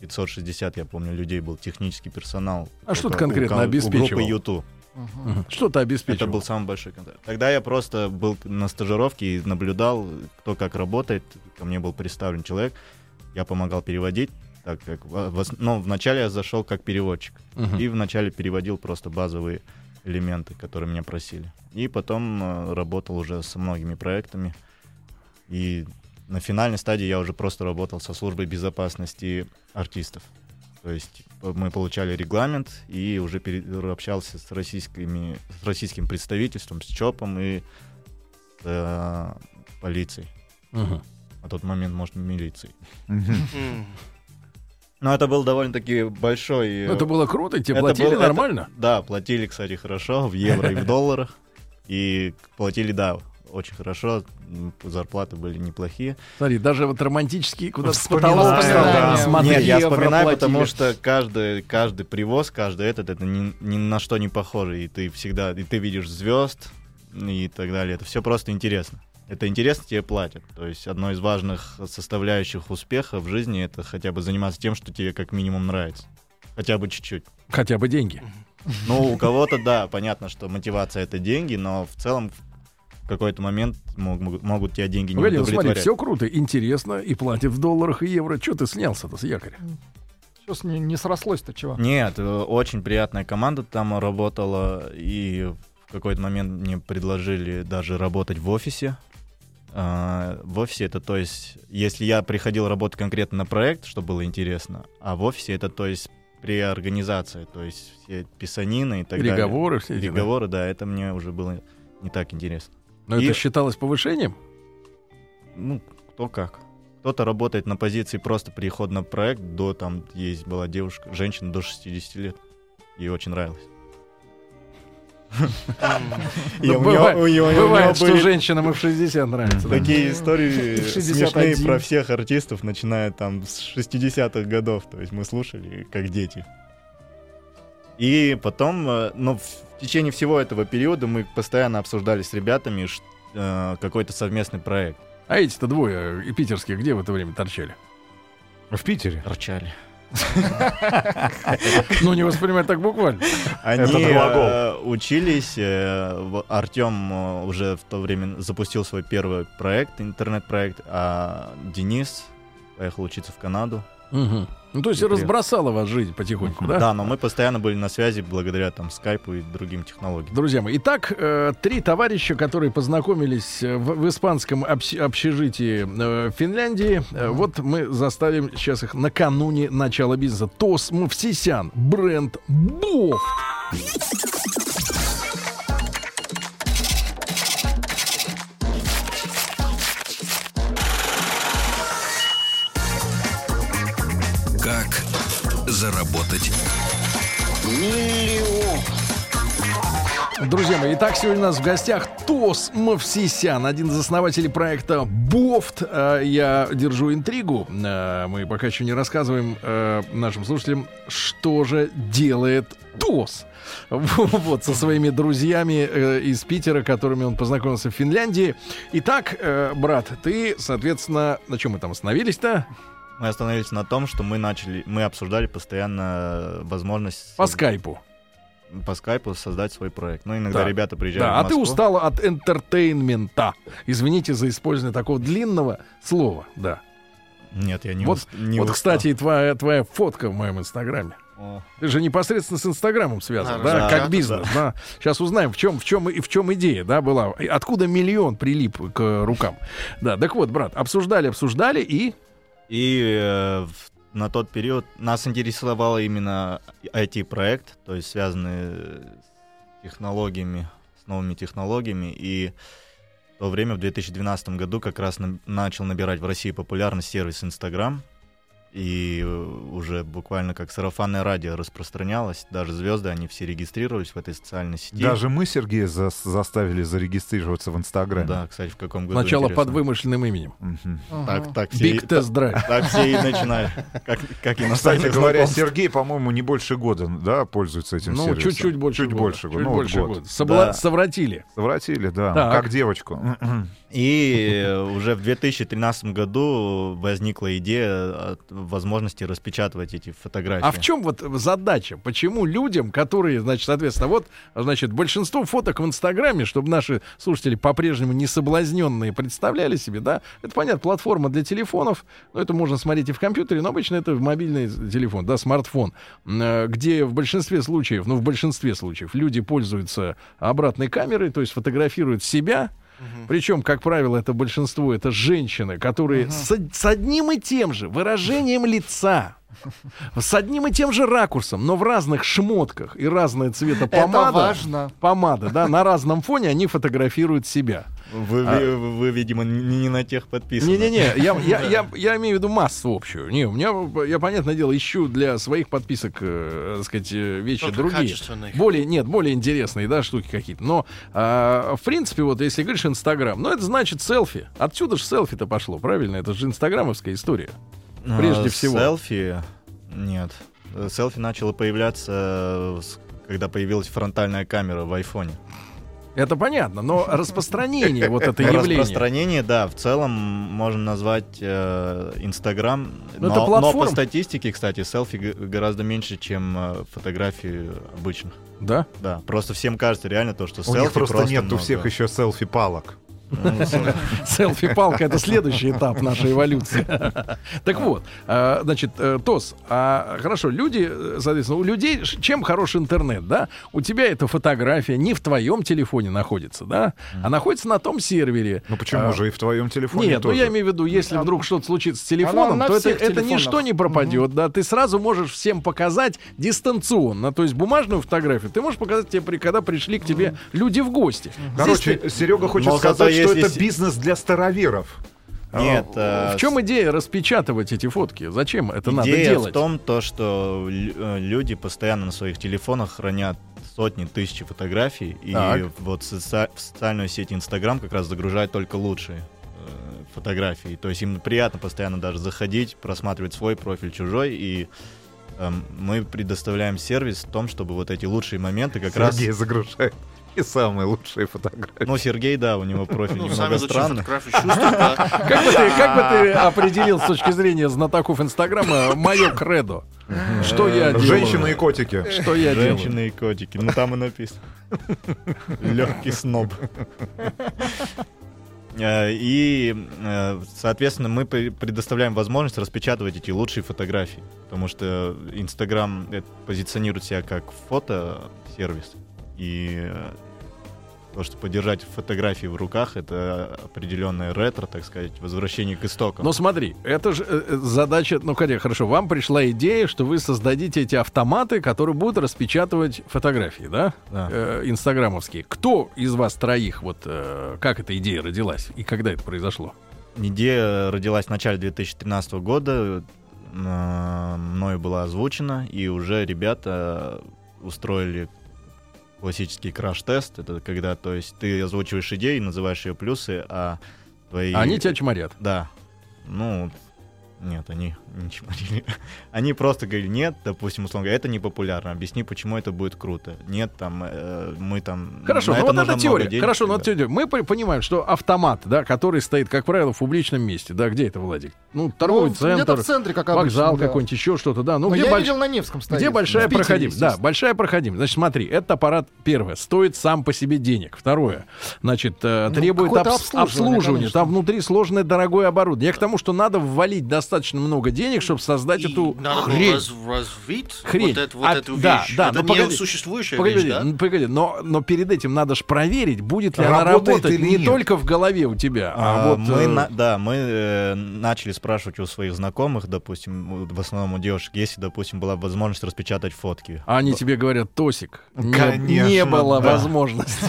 Speaker 3: 560, я помню, людей был технический персонал.
Speaker 2: А что
Speaker 3: Вот
Speaker 2: ты
Speaker 3: у-
Speaker 2: конкретно
Speaker 3: у
Speaker 2: обеспечивал?
Speaker 3: Группы YouTube.
Speaker 6: Мгм.
Speaker 2: Мгм. Что ты обеспечил?
Speaker 3: Это был самый большой контакт. Тогда я просто был на стажировке и наблюдал, кто как работает. Ко мне был представлен человек. Я помогал переводить, так как в- в ос- ну, вначале я зашел как переводчик.
Speaker 2: Мгм.
Speaker 3: И вначале переводил просто базовые элементы, которые меня просили. И потом э, работал уже со многими проектами. И на финальной стадии я уже просто работал со службой безопасности артистов. То есть п- мы получали регламент и уже пере- общался с, российскими, с российским представительством, с ЧОПом и э, полицией.
Speaker 2: Мгм.
Speaker 3: На тот момент, может, милицией.
Speaker 4: Мгм.
Speaker 5: М.
Speaker 3: Но это был довольно-таки большой... э,
Speaker 2: Ну, Это было круто, тебе
Speaker 3: Это
Speaker 2: платили
Speaker 3: было- это-
Speaker 2: нормально.
Speaker 3: Да, платили, кстати, хорошо, в евро и в долларах. И платили, да, очень хорошо. М, Зарплаты были неплохие.
Speaker 2: Смотри, даже вот романтические куда-то в
Speaker 4: Вспоминаю,
Speaker 2: потолок
Speaker 6: да.
Speaker 2: смотри.
Speaker 3: Нет, я
Speaker 6: евро
Speaker 3: вспоминаю,
Speaker 6: платили.
Speaker 3: потому что каждый, каждый привоз, каждый этот, это ни, ни на что не похоже. И ты всегда, и ты видишь звезд и так далее. Это все просто интересно. Это интересно, тебе платят. То есть одно из важных составляющих успеха в жизни это хотя бы заниматься тем, что тебе как минимум нравится. Хотя бы чуть-чуть.
Speaker 2: Хотя бы деньги.
Speaker 3: Ну, у кого-то, да, понятно, что мотивация это деньги, но в целом в какой-то момент мог- могут, тебя деньги не
Speaker 2: Погоди, ну смотри,
Speaker 3: удовлетворять.
Speaker 2: все круто, интересно, и платят в долларах и евро. Че ты снялся-то с якоря?
Speaker 6: Сейчас не, не срослось-то
Speaker 2: типа.
Speaker 6: чего.
Speaker 3: Нет, э, очень приятная команда там работала, и в какой-то момент мне предложили даже работать в офисе. А, В офисе это, то есть, если я приходил работать конкретно на проект, что было интересно, а в офисе это, то есть, при организации, то есть, все писанины и так
Speaker 2: Переговоры все
Speaker 3: далее.
Speaker 2: эти, да?
Speaker 3: Переговоры, да, это мне уже было не так интересно.
Speaker 2: Но Ну,
Speaker 3: И-
Speaker 2: это считалось повышением?
Speaker 3: ну, кто как. Кто-то работает на позиции просто переход на проект, до там есть была девушка, женщина до 60 лет. Ей очень нравилось. И
Speaker 2: Ну,
Speaker 3: у неё-
Speaker 2: бывает-
Speaker 3: у неё- у неё
Speaker 2: Бывает, что
Speaker 3: были
Speaker 2: женщинам и в 60 нравится. да.
Speaker 3: Такие
Speaker 6: И
Speaker 3: истории
Speaker 6: в 61.
Speaker 3: смешные про всех артистов, начиная там с 60-х годов. То есть мы слушали как дети. И потом, э, ну, в течение всего этого периода мы постоянно обсуждали с ребятами ш- э, какой-то совместный проект.
Speaker 2: А эти-то двое э, и питерские где в это время торчали?
Speaker 4: В Питере.
Speaker 3: Торчали.
Speaker 2: Ну, не воспринимать так буквально.
Speaker 3: Они
Speaker 4: Этот глагол.
Speaker 3: э, учились. э, Артем э, уже в то время запустил свой первый проект, интернет-проект, а Денис поехал учиться в Канаду.
Speaker 2: Мгм. Ну, то есть
Speaker 3: Интересно.
Speaker 2: разбросала вас жизнь потихоньку, да?
Speaker 3: но мы постоянно были на связи благодаря там скайпу и другим технологиям.
Speaker 2: Друзья мои, итак, э, три товарища, которые познакомились э, в, в испанском общ- общежитии э, Финляндии, Э, вот мы заставим сейчас их накануне начала бизнеса. Тос Мовсисян, бренд Бов.
Speaker 1: Как заработать?
Speaker 2: Друзья мои, итак, сегодня у нас в гостях Тос Мовсисян, один из основателей проекта Бофт. Э, Я держу интригу. Э, Мы пока еще не рассказываем э, нашим слушателям, что же делает Тос. Вот, со своими друзьями э, из Питера, которыми он познакомился в Финляндии. Итак, э, брат, ты, соответственно, на чем мы там остановились-то?
Speaker 3: Мы остановились на том, что мы начали, мы обсуждали постоянно возможность
Speaker 2: По скайпу.
Speaker 3: по скайпу создать свой проект. Ну, иногда
Speaker 2: Да.
Speaker 3: ребята приезжали
Speaker 2: Да, а
Speaker 3: в
Speaker 2: ты
Speaker 3: Москву.
Speaker 2: устала от энтертейнмента. Извините за использование такого длинного слова, да.
Speaker 3: Нет, я не,
Speaker 2: Вот-
Speaker 3: уст- не
Speaker 2: вот,
Speaker 3: устал.
Speaker 2: кстати, и твоя, твоя фотка в моем инстаграме.
Speaker 3: О.
Speaker 2: Ты же непосредственно с Инстаграмом связан, да,
Speaker 5: Да, да,
Speaker 2: как
Speaker 5: да.
Speaker 2: бизнес. Да. Сейчас узнаем, в чем, в чем и в чем идея, да, была. И Откуда миллион прилип к э, рукам. Да, так вот, брат, обсуждали, обсуждали и
Speaker 3: И э, в- на тот период нас интересовало именно IT-проект, то есть связанный с технологиями, с новыми технологиями. И в то время, в 2012 году, как раз на- начал набирать в России популярность сервис Instagram. И э, уже буквально как сарафанное радио распространялось. Даже звезды, они все регистрировались в этой социальной сети.
Speaker 4: Даже мы Сергея за- заставили зарегистрироваться в Инстаграме.
Speaker 3: Да, кстати, в каком году.
Speaker 2: сначала
Speaker 3: интересно.
Speaker 2: под вымышленным именем.
Speaker 4: Мгм.
Speaker 3: Так, так, все, и-
Speaker 2: Big Test Drive.
Speaker 3: так все и начинают. Как, как и на
Speaker 4: Кстати
Speaker 3: сайте
Speaker 4: говоря,
Speaker 3: знакомств.
Speaker 4: Сергей, по-моему, не больше года, да, пользуется этим
Speaker 2: Ну,
Speaker 4: сервисом.
Speaker 2: чуть-чуть больше.
Speaker 4: Чуть
Speaker 2: года.
Speaker 4: больше года.
Speaker 2: Чуть
Speaker 4: Ну, вот
Speaker 2: больше
Speaker 4: год.
Speaker 2: года. Собла-
Speaker 3: Да.
Speaker 2: Совратили.
Speaker 4: Совратили, да. Ну,
Speaker 2: Так.
Speaker 4: Как девочку.
Speaker 3: И э, уже в 2013 году возникла идея от возможности распечатывать эти фотографии.
Speaker 2: А в чем вот задача? Почему людям, которые, значит, соответственно, вот, значит, большинство фоток в Инстаграме, чтобы наши слушатели по-прежнему не соблазненные представляли себе, да, это, понятно, платформа для телефонов, но это можно смотреть и в компьютере, но обычно это в мобильный телефон, да, смартфон, м, э, где в большинстве случаев, ну, в большинстве случаев люди пользуются обратной камерой, то есть фотографируют себя, причем, как правило, это большинство это женщины, которые с, с одним и тем же выражением лица, С одним и тем же ракурсом, но в разных шмотках и разные цвета помада.
Speaker 6: Это важно.
Speaker 2: Помада, да, на разном фоне они фотографируют себя.
Speaker 3: Вы,
Speaker 2: А.
Speaker 3: вы, вы, видимо, не, не на тех подписаны.
Speaker 2: Не-не-не, я, я, я, я имею в виду массу общую. Не, у меня, я, понятное дело, ищу для своих подписок, э, так сказать, э, вещи
Speaker 5: Что-то
Speaker 2: другие.
Speaker 5: качественное.
Speaker 2: Более, нет, более интересные, да, штуки какие-то. Но, а, в принципе, вот если говоришь Инстаграм, ну, это значит селфи. Отсюда же селфи-то пошло, правильно? Это же инстаграмовская история.
Speaker 3: А,
Speaker 2: прежде всего.
Speaker 3: Селфи? Нет. Э, Селфи начало появляться, э, с- когда появилась фронтальная камера в айфоне.
Speaker 2: Это понятно, но распространение вот это явление.
Speaker 3: Распространение, да, в целом можем назвать э, Инстаграм.
Speaker 2: Ну,
Speaker 3: но,
Speaker 2: это
Speaker 3: но по
Speaker 2: платформа.
Speaker 3: статистике, кстати, селфи г- гораздо меньше, чем э, фотографии обычных.
Speaker 2: Да?
Speaker 3: Да, просто всем кажется реально то, что
Speaker 4: У
Speaker 3: селфи
Speaker 4: них просто нет у
Speaker 3: много. Ну,
Speaker 4: всех еще селфи-палок.
Speaker 2: Селфи-палка это следующий этап нашей эволюции. Так вот, а, значит, э, Тос, а, хорошо, люди, э, соответственно, у людей ш- чем хорош интернет, да? У тебя эта фотография не в твоем телефоне находится, да? А находится на том сервере.
Speaker 4: Ну почему
Speaker 2: А,
Speaker 4: же и в твоем телефоне
Speaker 2: Нет, ну
Speaker 4: тоже?
Speaker 2: я имею в виду, если
Speaker 6: А-
Speaker 2: вдруг что-то случится с телефоном,
Speaker 6: на
Speaker 2: то это,
Speaker 6: всех
Speaker 2: это
Speaker 6: телефонах.
Speaker 2: ничто не пропадет, да. Ты сразу можешь всем показать дистанционно, то есть бумажную фотографию. Ты можешь показать тебе, при- когда пришли к тебе люди в гости. Здесь
Speaker 4: Короче, Серега хочет
Speaker 3: Но зато
Speaker 4: сказать, что
Speaker 3: если
Speaker 4: это
Speaker 3: се-
Speaker 4: бизнес для староверов.
Speaker 3: Нет,
Speaker 2: А,
Speaker 3: э,
Speaker 2: В чем идея распечатывать эти фотки? Зачем это надо
Speaker 3: Идея
Speaker 2: делать?
Speaker 3: в том, то, что лю- э, люди постоянно на своих телефонах хранят сотни тысяч фотографий,
Speaker 2: Так.
Speaker 3: и вот соци- в социальную сеть Инстаграм как раз загружают только лучшие э, фотографии. То есть им приятно постоянно даже заходить, просматривать свой профиль, чужой, и эм, мы предоставляем сервис в том, чтобы вот эти лучшие моменты как
Speaker 4: Сергей
Speaker 3: раз...
Speaker 4: загружает. И самые лучшие фотографии.
Speaker 3: Ну, Сергей, да, у него профиль
Speaker 5: Ну,
Speaker 3: немного
Speaker 5: сами зачем
Speaker 3: странный.
Speaker 5: фотографию чувствуют, да?
Speaker 2: Как бы, ты, как бы ты определил с точки зрения знатоков Инстаграма мое кредо? Что я делаю?
Speaker 4: Женщины и котики.
Speaker 2: Что я делаю?
Speaker 3: Женщины и котики. Ну там и написано. Легкий сноб. Э, И, э, соответственно, мы пре- предоставляем возможность распечатывать эти лучшие фотографии, потому что Инстаграм э, позиционирует себя как фотосервис, и э, то, что подержать фотографии в руках, это определенное ретро, так сказать, возвращение к истокам.
Speaker 2: Ну смотри, это же э, э, задача, ну хотя хорошо, вам пришла идея, что вы создадите эти автоматы, которые будут распечатывать фотографии, да,
Speaker 3: Да.
Speaker 2: Э, инстаграмовские. Кто из вас троих вот э, как эта идея родилась и когда это произошло?
Speaker 3: Идея э, родилась в начале 2013 года, э, мною была озвучена, и уже ребята э, устроили классический краш-тест. Это когда, то есть, ты озвучиваешь идею, называешь ее плюсы, а твои...
Speaker 2: Они тебя чморят.
Speaker 3: Да. Ну, нет, они не чморили. Они просто говорили, нет, допустим, условно говоря, это не популярно, объясни, почему это будет круто. Нет, там, э, мы там...
Speaker 2: Хорошо,
Speaker 3: на
Speaker 2: ну
Speaker 3: это
Speaker 2: вот эта
Speaker 3: нужно много
Speaker 2: теория.
Speaker 3: денег».
Speaker 2: Хорошо, ну
Speaker 3: Да.
Speaker 2: вот теория. Мы при- понимаем, что автомат, да, который стоит, как правило, в публичном месте. Да, где это, Владик? Ну, торговый
Speaker 6: Ну, Где-то
Speaker 2: центр,
Speaker 6: в центре, как обычно.
Speaker 2: вокзал
Speaker 6: да.
Speaker 2: какой-нибудь, еще что-то, да. Ну,
Speaker 6: Но
Speaker 2: где,
Speaker 6: я
Speaker 2: больш-
Speaker 6: видел на Невском стоит.
Speaker 2: где большая
Speaker 6: В Питере,
Speaker 2: проходимость? Да,
Speaker 6: естественно.
Speaker 2: большая проходимость. Значит, смотри, этот аппарат, первое, стоит сам по себе денег. Второе, значит, э,
Speaker 6: Ну,
Speaker 2: требует
Speaker 6: какое-то
Speaker 2: обс-
Speaker 6: обслуживание,
Speaker 2: обслуживания.
Speaker 6: конечно.
Speaker 2: Там внутри сложное, дорогое оборудование. Я к тому, что надо ввалить достаточно много денег, чтобы создать
Speaker 5: И
Speaker 2: эту
Speaker 5: надо было
Speaker 2: хрень.
Speaker 5: раз- развить
Speaker 2: Хрень.
Speaker 5: вот эту, вот
Speaker 2: А,
Speaker 5: эту
Speaker 2: да,
Speaker 5: вещь.
Speaker 2: да,
Speaker 5: это
Speaker 2: ну,
Speaker 5: не
Speaker 2: погоди.
Speaker 5: существующая
Speaker 2: Погоди,
Speaker 5: вещь, да?
Speaker 2: ну, погоди, но, но перед этим надо же проверить, будет ли она
Speaker 4: Работает
Speaker 2: работать
Speaker 4: или
Speaker 2: не
Speaker 4: нет.
Speaker 2: только в голове у тебя, а,
Speaker 3: А,
Speaker 2: вот
Speaker 3: мы,
Speaker 2: э,
Speaker 3: на- да, мы э, начали спрашивать у своих знакомых, допустим, у- в основном у девушек, если, допустим, была возможность распечатать фотки.
Speaker 2: А Они тебе говорят, Тосик, не,
Speaker 4: Конечно,
Speaker 2: не было
Speaker 4: да.
Speaker 2: возможности.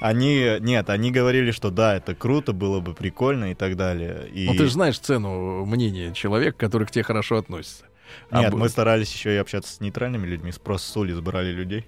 Speaker 3: Они, нет, они говорили, что да, это круто, было бы прикольно и так далее. И
Speaker 2: Ну, ты же знаешь цену мнения человека, который к тебе хорошо относится. А
Speaker 3: нет,
Speaker 2: б-
Speaker 3: мы старались еще и общаться с нейтральными людьми, спрос с улиц брали людей.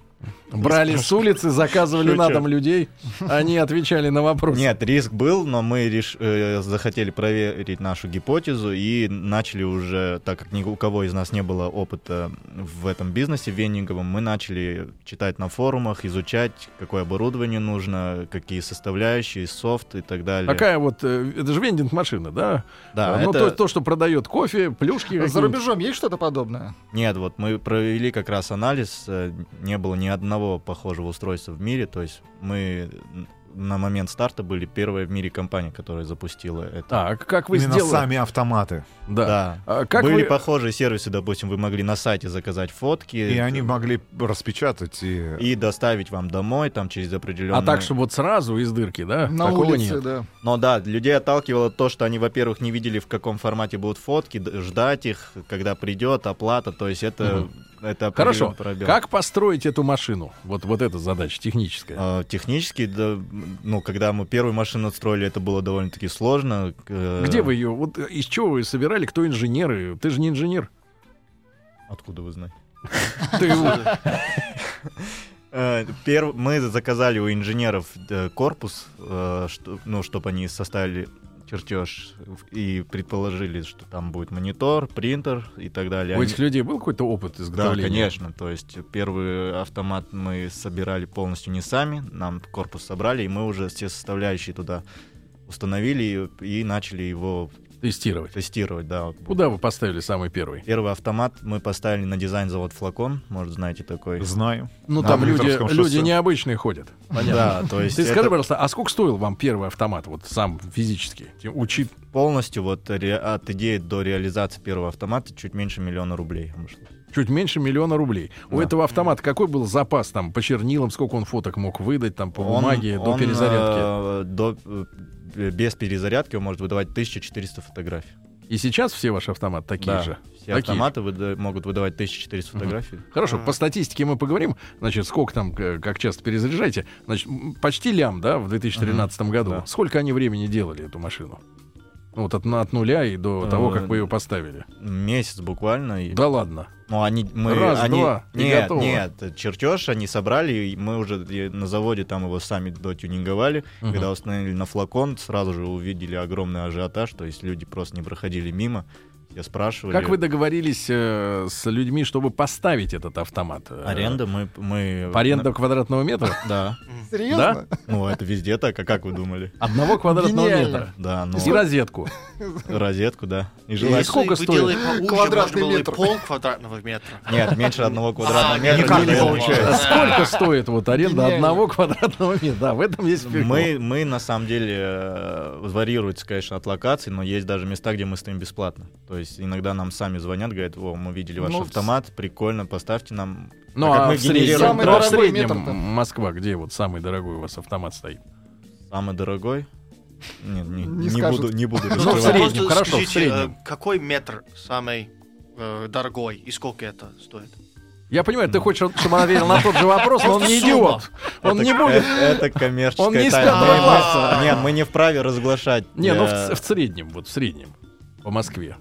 Speaker 2: брали с улицы, заказывали
Speaker 3: Шучу.
Speaker 2: на дом людей, они отвечали на вопросы.
Speaker 3: Нет, риск был, но мы реш- э, захотели проверить нашу гипотезу и начали уже, так как ни у кого из нас не было опыта в этом бизнесе вендинговом, мы начали читать на форумах, изучать, какое оборудование нужно, какие составляющие, софт и так далее.
Speaker 2: Такая вот, э, это же вендинг машина, да?
Speaker 3: Да,
Speaker 2: ну,
Speaker 3: это-
Speaker 2: то, то, что продает кофе, плюшки.
Speaker 6: За
Speaker 2: какие-нибудь.
Speaker 6: рубежом есть что-то подобное?
Speaker 3: Нет, вот мы провели как раз анализ, э, не было ни одного похожего устройства в мире, то есть мы на момент старта были первая в мире компания, которая запустила это.
Speaker 2: Так, как вы
Speaker 4: Именно
Speaker 2: сделали?
Speaker 4: сами автоматы.
Speaker 2: А, Да.
Speaker 3: Да.
Speaker 2: А как
Speaker 3: были
Speaker 2: вы-
Speaker 3: похожие сервисы, допустим, вы могли на сайте заказать фотки
Speaker 4: И они могли распечатать и...
Speaker 3: и доставить вам домой там через определенные.
Speaker 2: А так, чтобы вот сразу из дырки, да?
Speaker 6: На
Speaker 2: Такого
Speaker 6: улице,
Speaker 2: нет.
Speaker 6: да.
Speaker 3: Но да, людей отталкивало то, что они, во-первых, не видели, в каком формате будут фотки, д- ждать их, когда придет оплата. То есть это это
Speaker 2: Хорошо.
Speaker 3: определенный пробел.
Speaker 2: Как построить эту машину? Вот, вот эта задача техническая.
Speaker 3: А, Технически, да, м, ну, когда мы первую машину строили, это было довольно-таки сложно. Э,
Speaker 2: Где вы ее? Вот э, из чего вы собирали? Кто инженеры? Ты же не инженер.
Speaker 3: Откуда вы знаете?
Speaker 2: Ты
Speaker 3: Э, перв- Мы заказали у инженеров э, корпус, э, что- ну, чтобы они составили чертеж и предположили, что там будет монитор, принтер и так далее.
Speaker 2: у
Speaker 3: Они-
Speaker 2: этих людей был какой-то опыт
Speaker 3: Да,
Speaker 2: изготовления?
Speaker 3: конечно. То есть первый автомат мы собирали полностью не сами, нам корпус собрали, и мы уже все составляющие туда установили и, и начали его
Speaker 2: Тестировать.
Speaker 3: тестировать. Да.
Speaker 2: Куда вы поставили самый первый?
Speaker 3: Первый автомат мы поставили на дизайн завод флакон, может знаете такой.
Speaker 4: Знаю.
Speaker 2: Ну,
Speaker 4: На
Speaker 2: там люди,
Speaker 4: Дмитровском
Speaker 2: люди
Speaker 4: шоссе.
Speaker 2: необычные ходят.
Speaker 3: Да, то есть
Speaker 2: Ты скажи,
Speaker 3: это
Speaker 2: пожалуйста, а сколько стоил вам первый автомат, вот сам физически? Те- Учит.
Speaker 3: полностью вот ре- от идеи до реализации первого автомата чуть меньше миллиона рублей. вышло.
Speaker 2: Чуть меньше миллиона рублей. У
Speaker 3: Да.
Speaker 2: этого автомата какой был запас там по чернилам, сколько он фоток мог выдать там по
Speaker 3: Он-
Speaker 2: бумаге до
Speaker 3: он,
Speaker 2: перезарядки?
Speaker 3: э, до, э, без перезарядки он может выдавать 1400 фотографий.
Speaker 2: И сейчас все ваши автоматы такие
Speaker 3: Да,
Speaker 2: же. Такие
Speaker 3: Все
Speaker 2: же.
Speaker 3: автоматы выда- могут выдавать 1400 фотографий.
Speaker 2: Хорошо, по статистике мы поговорим. Значит, сколько там, к- как часто перезаряжаете? Значит, м, почти лям, да, в 2013 году.
Speaker 3: да.
Speaker 2: Сколько они времени делали эту машину? Ну, вот от, на- от нуля и до
Speaker 3: Э,
Speaker 2: того, как вы ее поставили.
Speaker 3: Месяц буквально. и-
Speaker 2: Да ладно.
Speaker 3: Ну, они, мы,
Speaker 2: Раз,
Speaker 3: они-
Speaker 2: два, и
Speaker 3: Нет,
Speaker 2: готово.
Speaker 3: нет, чертеж они собрали, и мы уже и на заводе там его сами дотюнинговали.
Speaker 2: Мгм.
Speaker 3: Когда установили на флакон, сразу же увидели огромный ажиотаж, то есть люди просто не проходили мимо, все спрашивали.
Speaker 2: Как вы договорились э, с людьми, чтобы поставить этот автомат? Э,
Speaker 3: Аренда, мы... мы...
Speaker 2: Аренда квадратного метра?
Speaker 3: Да.
Speaker 6: Серьезно?
Speaker 3: Ну, это везде так, а как вы думали?
Speaker 2: Одного квадратного
Speaker 6: Гениально.
Speaker 2: метра.
Speaker 3: Да, ну,
Speaker 2: И розетку.
Speaker 3: розетку, да. И
Speaker 2: И
Speaker 3: желательно-
Speaker 2: сколько
Speaker 5: бы
Speaker 2: стоит?
Speaker 5: делали поуже,
Speaker 6: Квадратный
Speaker 5: можно было и
Speaker 6: метр.
Speaker 5: пол квадратного метра.
Speaker 3: Нет, меньше одного квадратного
Speaker 5: А,
Speaker 3: метра.
Speaker 5: никак не
Speaker 3: не
Speaker 5: получается.
Speaker 3: получается.
Speaker 2: Сколько стоит вот аренда
Speaker 6: Гениально.
Speaker 2: одного квадратного метра? Да, в этом есть прикол.
Speaker 3: Мы, мы на самом деле э, варьируется, конечно, от локаций, но есть даже места, где мы стоим бесплатно. То есть иногда нам сами звонят, говорят, о, мы видели ваш
Speaker 6: Ну,
Speaker 3: автомат, прикольно, поставьте нам.
Speaker 2: Ну,
Speaker 3: Так
Speaker 2: а
Speaker 3: как мы
Speaker 2: в среднем,
Speaker 3: генерируем
Speaker 6: Самый
Speaker 2: ну, а в
Speaker 6: дорогой
Speaker 2: среднем
Speaker 6: метр-то?
Speaker 2: Москва, где вот самый дорогой у вас автомат стоит?
Speaker 3: Самый дорогой. Нет, не,
Speaker 6: Не
Speaker 3: не
Speaker 6: скажут.
Speaker 3: буду, не буду
Speaker 5: Ну,
Speaker 2: в
Speaker 3: раскрывать.
Speaker 2: среднем,
Speaker 5: просто
Speaker 2: хорошо, в
Speaker 5: скажите, э,
Speaker 2: среднем.
Speaker 5: Какой метр самый э, дорогой и сколько это стоит?
Speaker 2: Я понимаю, ты хочешь, чтобы он ответил на тот же вопрос, но он не
Speaker 5: Просто
Speaker 2: идиот. Он
Speaker 3: Это-
Speaker 2: не будет.
Speaker 3: э, Это коммерческая
Speaker 2: Он не из
Speaker 3: тайна.
Speaker 2: пятого
Speaker 3: Мы- мы-
Speaker 5: класса.
Speaker 3: Нет, мы не вправе разглашать.
Speaker 2: Не, ну в,
Speaker 3: э,
Speaker 2: ц- в среднем, вот в среднем. По Москве.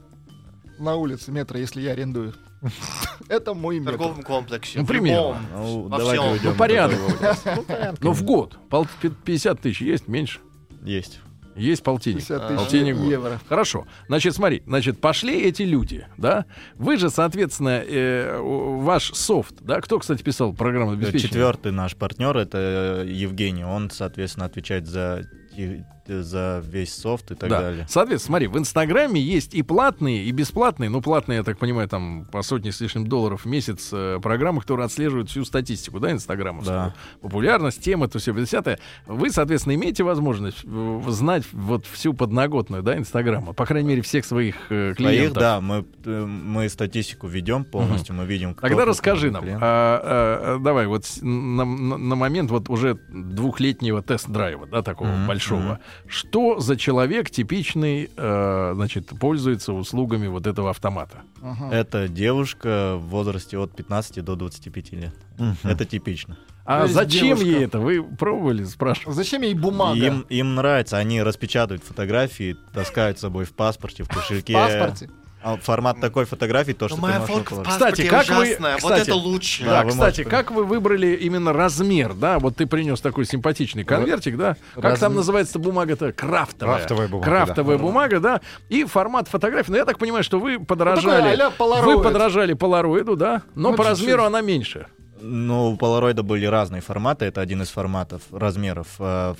Speaker 6: На улице метра, если я арендую. Это мой
Speaker 5: В
Speaker 6: метр.
Speaker 5: торговом комплексе.
Speaker 2: Ну,
Speaker 5: в
Speaker 2: примерно.
Speaker 5: любом,
Speaker 3: ну,
Speaker 5: во
Speaker 3: давайте
Speaker 5: всем.
Speaker 3: уйдем
Speaker 2: Ну,
Speaker 3: от
Speaker 2: порядок.
Speaker 3: этого вопроса.
Speaker 2: Ну, в год. Пол- пи- 50 тысяч есть, меньше.
Speaker 3: Есть.
Speaker 2: Есть полтинник.
Speaker 6: 50 тысяч
Speaker 2: Полтинник в год.
Speaker 6: евро.
Speaker 2: Хорошо. Значит, смотри, значит, пошли эти люди, да? Вы же, соответственно, э, у- ваш софт, да? Кто, кстати, писал программу обеспечения?
Speaker 3: Четвертый наш партнер это Евгений. Он, соответственно, отвечает за, те- за весь софт и так
Speaker 2: Да.
Speaker 3: далее.
Speaker 2: Соответственно, смотри, в Инстаграме есть и платные, и бесплатные. Ну, платные, я так понимаю, там по сотне с лишним долларов в месяц э, программы, которые отслеживают всю статистику, да, Инстаграма.
Speaker 3: Да.
Speaker 2: Популярность, тема, то все, 50 Вы, соответственно, имеете возможность э, знать вот всю подноготную, да, Инстаграма. По крайней мере, всех своих э,
Speaker 3: Своих,
Speaker 2: клиентов.
Speaker 3: да, мы, э, мы статистику ведем полностью, мы видим. кто
Speaker 2: Тогда
Speaker 3: какой
Speaker 2: расскажи нам,
Speaker 3: клиент.
Speaker 2: а, а, а, давай, вот с- на, на- на момент вот уже двухлетнего тест-драйва, да, такого
Speaker 3: Мгм,
Speaker 2: большого, что за человек типичный, э, значит, пользуется услугами вот этого автомата?
Speaker 6: Ага.
Speaker 3: Это девушка в возрасте от 15 до 25 лет. Это типично.
Speaker 2: А
Speaker 6: То есть
Speaker 2: зачем
Speaker 6: девушка.
Speaker 2: ей это? Вы пробовали, спрашивали?
Speaker 6: Зачем ей
Speaker 3: Им,
Speaker 6: бумага?
Speaker 3: им нравится, они распечатывают фотографии, таскают с собой в паспорте, в
Speaker 6: В
Speaker 4: э,
Speaker 3: кошельке.
Speaker 6: паспорте?
Speaker 3: А Формат такой фотографии, то,
Speaker 5: Но
Speaker 3: что ты
Speaker 5: Ну, моя
Speaker 3: можешь
Speaker 5: фотка в
Speaker 3: положить.
Speaker 5: паспорте
Speaker 2: Кстати, как вы-
Speaker 5: ужасная. Вот
Speaker 2: кстати,
Speaker 5: это лучше.
Speaker 2: Да,
Speaker 3: вы
Speaker 2: кстати,
Speaker 3: можете.
Speaker 2: как вы выбрали именно размер, да? Вот ты принес такой симпатичный конвертик, да? Как там
Speaker 6: Размер.
Speaker 2: называется бумага-то? Крафтовая.
Speaker 4: Крафтовая бумага,
Speaker 2: Крафтовая бумага, да. И формат фотографии. Но я так понимаю, что вы
Speaker 6: такой
Speaker 2: подражали...
Speaker 6: а-ля Polaroid.
Speaker 2: Вы подражали полароиду, да? Но
Speaker 6: Ну,
Speaker 2: по
Speaker 6: чуть-чуть.
Speaker 2: размеру она меньше.
Speaker 3: Ну, у полароида были разные форматы, это один из форматов, размеров. Э,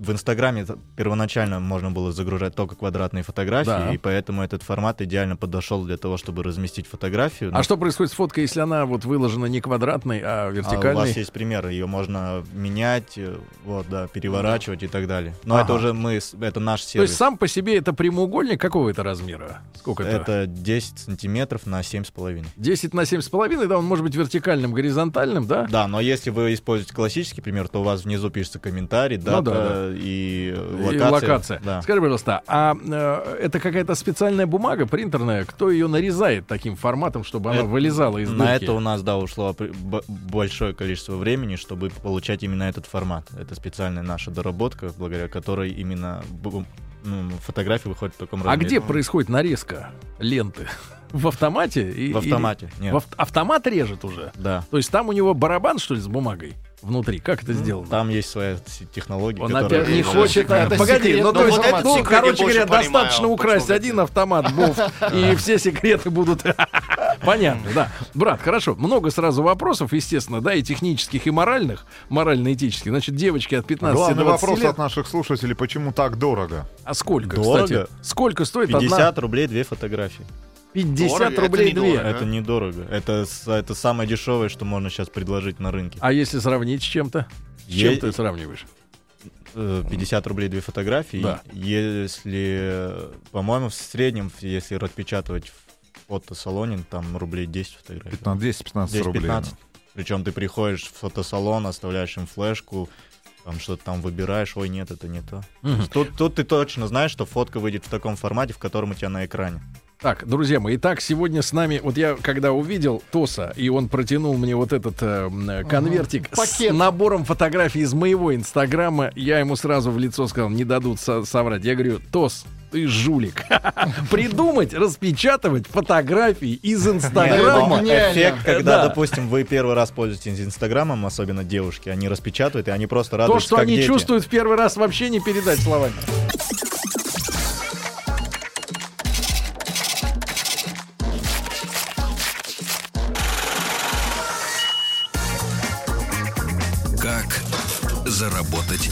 Speaker 3: в Инстаграме т- первоначально можно было загружать только квадратные фотографии,
Speaker 2: Да.
Speaker 3: и поэтому этот формат идеально подошел для того, чтобы разместить фотографию.
Speaker 2: А что происходит с фоткой, если она вот выложена не квадратной, а
Speaker 3: А у
Speaker 2: вертикальной?
Speaker 3: вас есть пример, ее можно менять, э, вот, да, переворачивать и так далее. Но
Speaker 2: Ага.
Speaker 3: это уже мы, с- это наш
Speaker 2: То есть
Speaker 3: сервис.
Speaker 2: сам по себе это прямоугольник какого это размера? Сколько это?
Speaker 3: это 10 сантиметров на 7,5.
Speaker 2: 10 на 7,5, да, он может быть вертикальным, горизонтальным, да?
Speaker 3: Да, но если вы используете классический пример, то у вас внизу пишется комментарий,
Speaker 2: Ну
Speaker 3: дата
Speaker 2: да,
Speaker 3: и э,
Speaker 2: И
Speaker 3: локация.
Speaker 2: локация.
Speaker 3: Да.
Speaker 2: Скажи, пожалуйста, а э, это какая-то специальная бумага принтерная? Кто ее нарезает таким форматом, чтобы она
Speaker 3: Это-
Speaker 2: вылезала из
Speaker 3: Э, На
Speaker 2: дырки? А
Speaker 3: это у нас, да, ушло опре- б- большое количество времени, чтобы получать именно этот формат. Это специальная наша доработка, благодаря которой именно б- ну, фотографии выходят в таком
Speaker 2: А
Speaker 3: размере.
Speaker 2: где происходит нарезка ленты? В автомате? и-
Speaker 3: В автомате.
Speaker 2: или-
Speaker 3: Нет.
Speaker 2: В авт- автомат режет уже?
Speaker 3: Да.
Speaker 2: То есть там у него барабан, что ли, с бумагой внутри? Как это сделано?
Speaker 3: Там есть своя с- технология,
Speaker 2: Он
Speaker 3: которая-
Speaker 2: опять не
Speaker 5: Это
Speaker 2: хочет.
Speaker 5: секрет.
Speaker 2: а,
Speaker 6: Это
Speaker 2: Погоди,
Speaker 6: секрет.
Speaker 2: ну
Speaker 6: Но
Speaker 2: то есть,
Speaker 5: вот это
Speaker 2: ну,
Speaker 5: секрет я
Speaker 2: короче
Speaker 5: больше
Speaker 2: говоря,
Speaker 5: понимаю,
Speaker 2: достаточно
Speaker 5: вот
Speaker 2: украсть
Speaker 5: что
Speaker 2: один
Speaker 5: это.
Speaker 2: автомат, буф, и все секреты будут понятны, да. Брат, хорошо, много сразу вопросов, естественно, да, и технических, и моральных, морально-этических. Значит, девочки от 15 до
Speaker 4: Главный
Speaker 2: 20
Speaker 4: вопрос
Speaker 2: лет.
Speaker 4: от наших слушателей, почему так дорого?
Speaker 2: А сколько,
Speaker 3: Дорого?
Speaker 2: кстати? Сколько стоит одна?
Speaker 3: 50 рублей две фотографии.
Speaker 2: 50
Speaker 5: Дорого,
Speaker 2: рублей
Speaker 5: это
Speaker 2: две.
Speaker 5: недорого.
Speaker 3: Это недорого. Это, с- это самое дешевое, что можно сейчас предложить на рынке.
Speaker 2: А если сравнить с чем-то? С
Speaker 3: Е-
Speaker 2: чем ты сравниваешь?
Speaker 3: Э, 50 рублей две фотографии.
Speaker 2: Да.
Speaker 3: Если, э, по-моему, в среднем, если распечатывать в фотосалоне, там рублей 10 фотографий.
Speaker 4: 10-15 рублей.
Speaker 3: 10-15. Причем ты приходишь в фотосалон, оставляешь им флешку, там что-то там выбираешь, ой, нет, это не то.
Speaker 2: Мгм.
Speaker 3: Тут, тут ты точно знаешь, что фотка выйдет в таком формате, в котором у тебя на экране.
Speaker 2: Так, друзья мои, итак, сегодня с нами, вот я когда увидел Тоса, и он протянул мне вот этот э, м, конвертик с
Speaker 6: Пакет.
Speaker 2: набором фотографий из моего инстаграма, я ему сразу в лицо сказал, не дадут со- соврать. Я говорю, Тос, ты жулик. Придумать, распечатывать фотографии из инстаграма.
Speaker 6: Нет, гениально.
Speaker 3: эффект,
Speaker 2: Да.
Speaker 3: когда, допустим, вы первый раз пользуетесь Инстаграмом, особенно девушки, они распечатывают, и они просто
Speaker 2: То,
Speaker 3: радуются,
Speaker 2: что
Speaker 3: как
Speaker 2: они
Speaker 3: дети.
Speaker 2: чувствуют в первый раз, вообще не передать словами.
Speaker 1: Как заработать?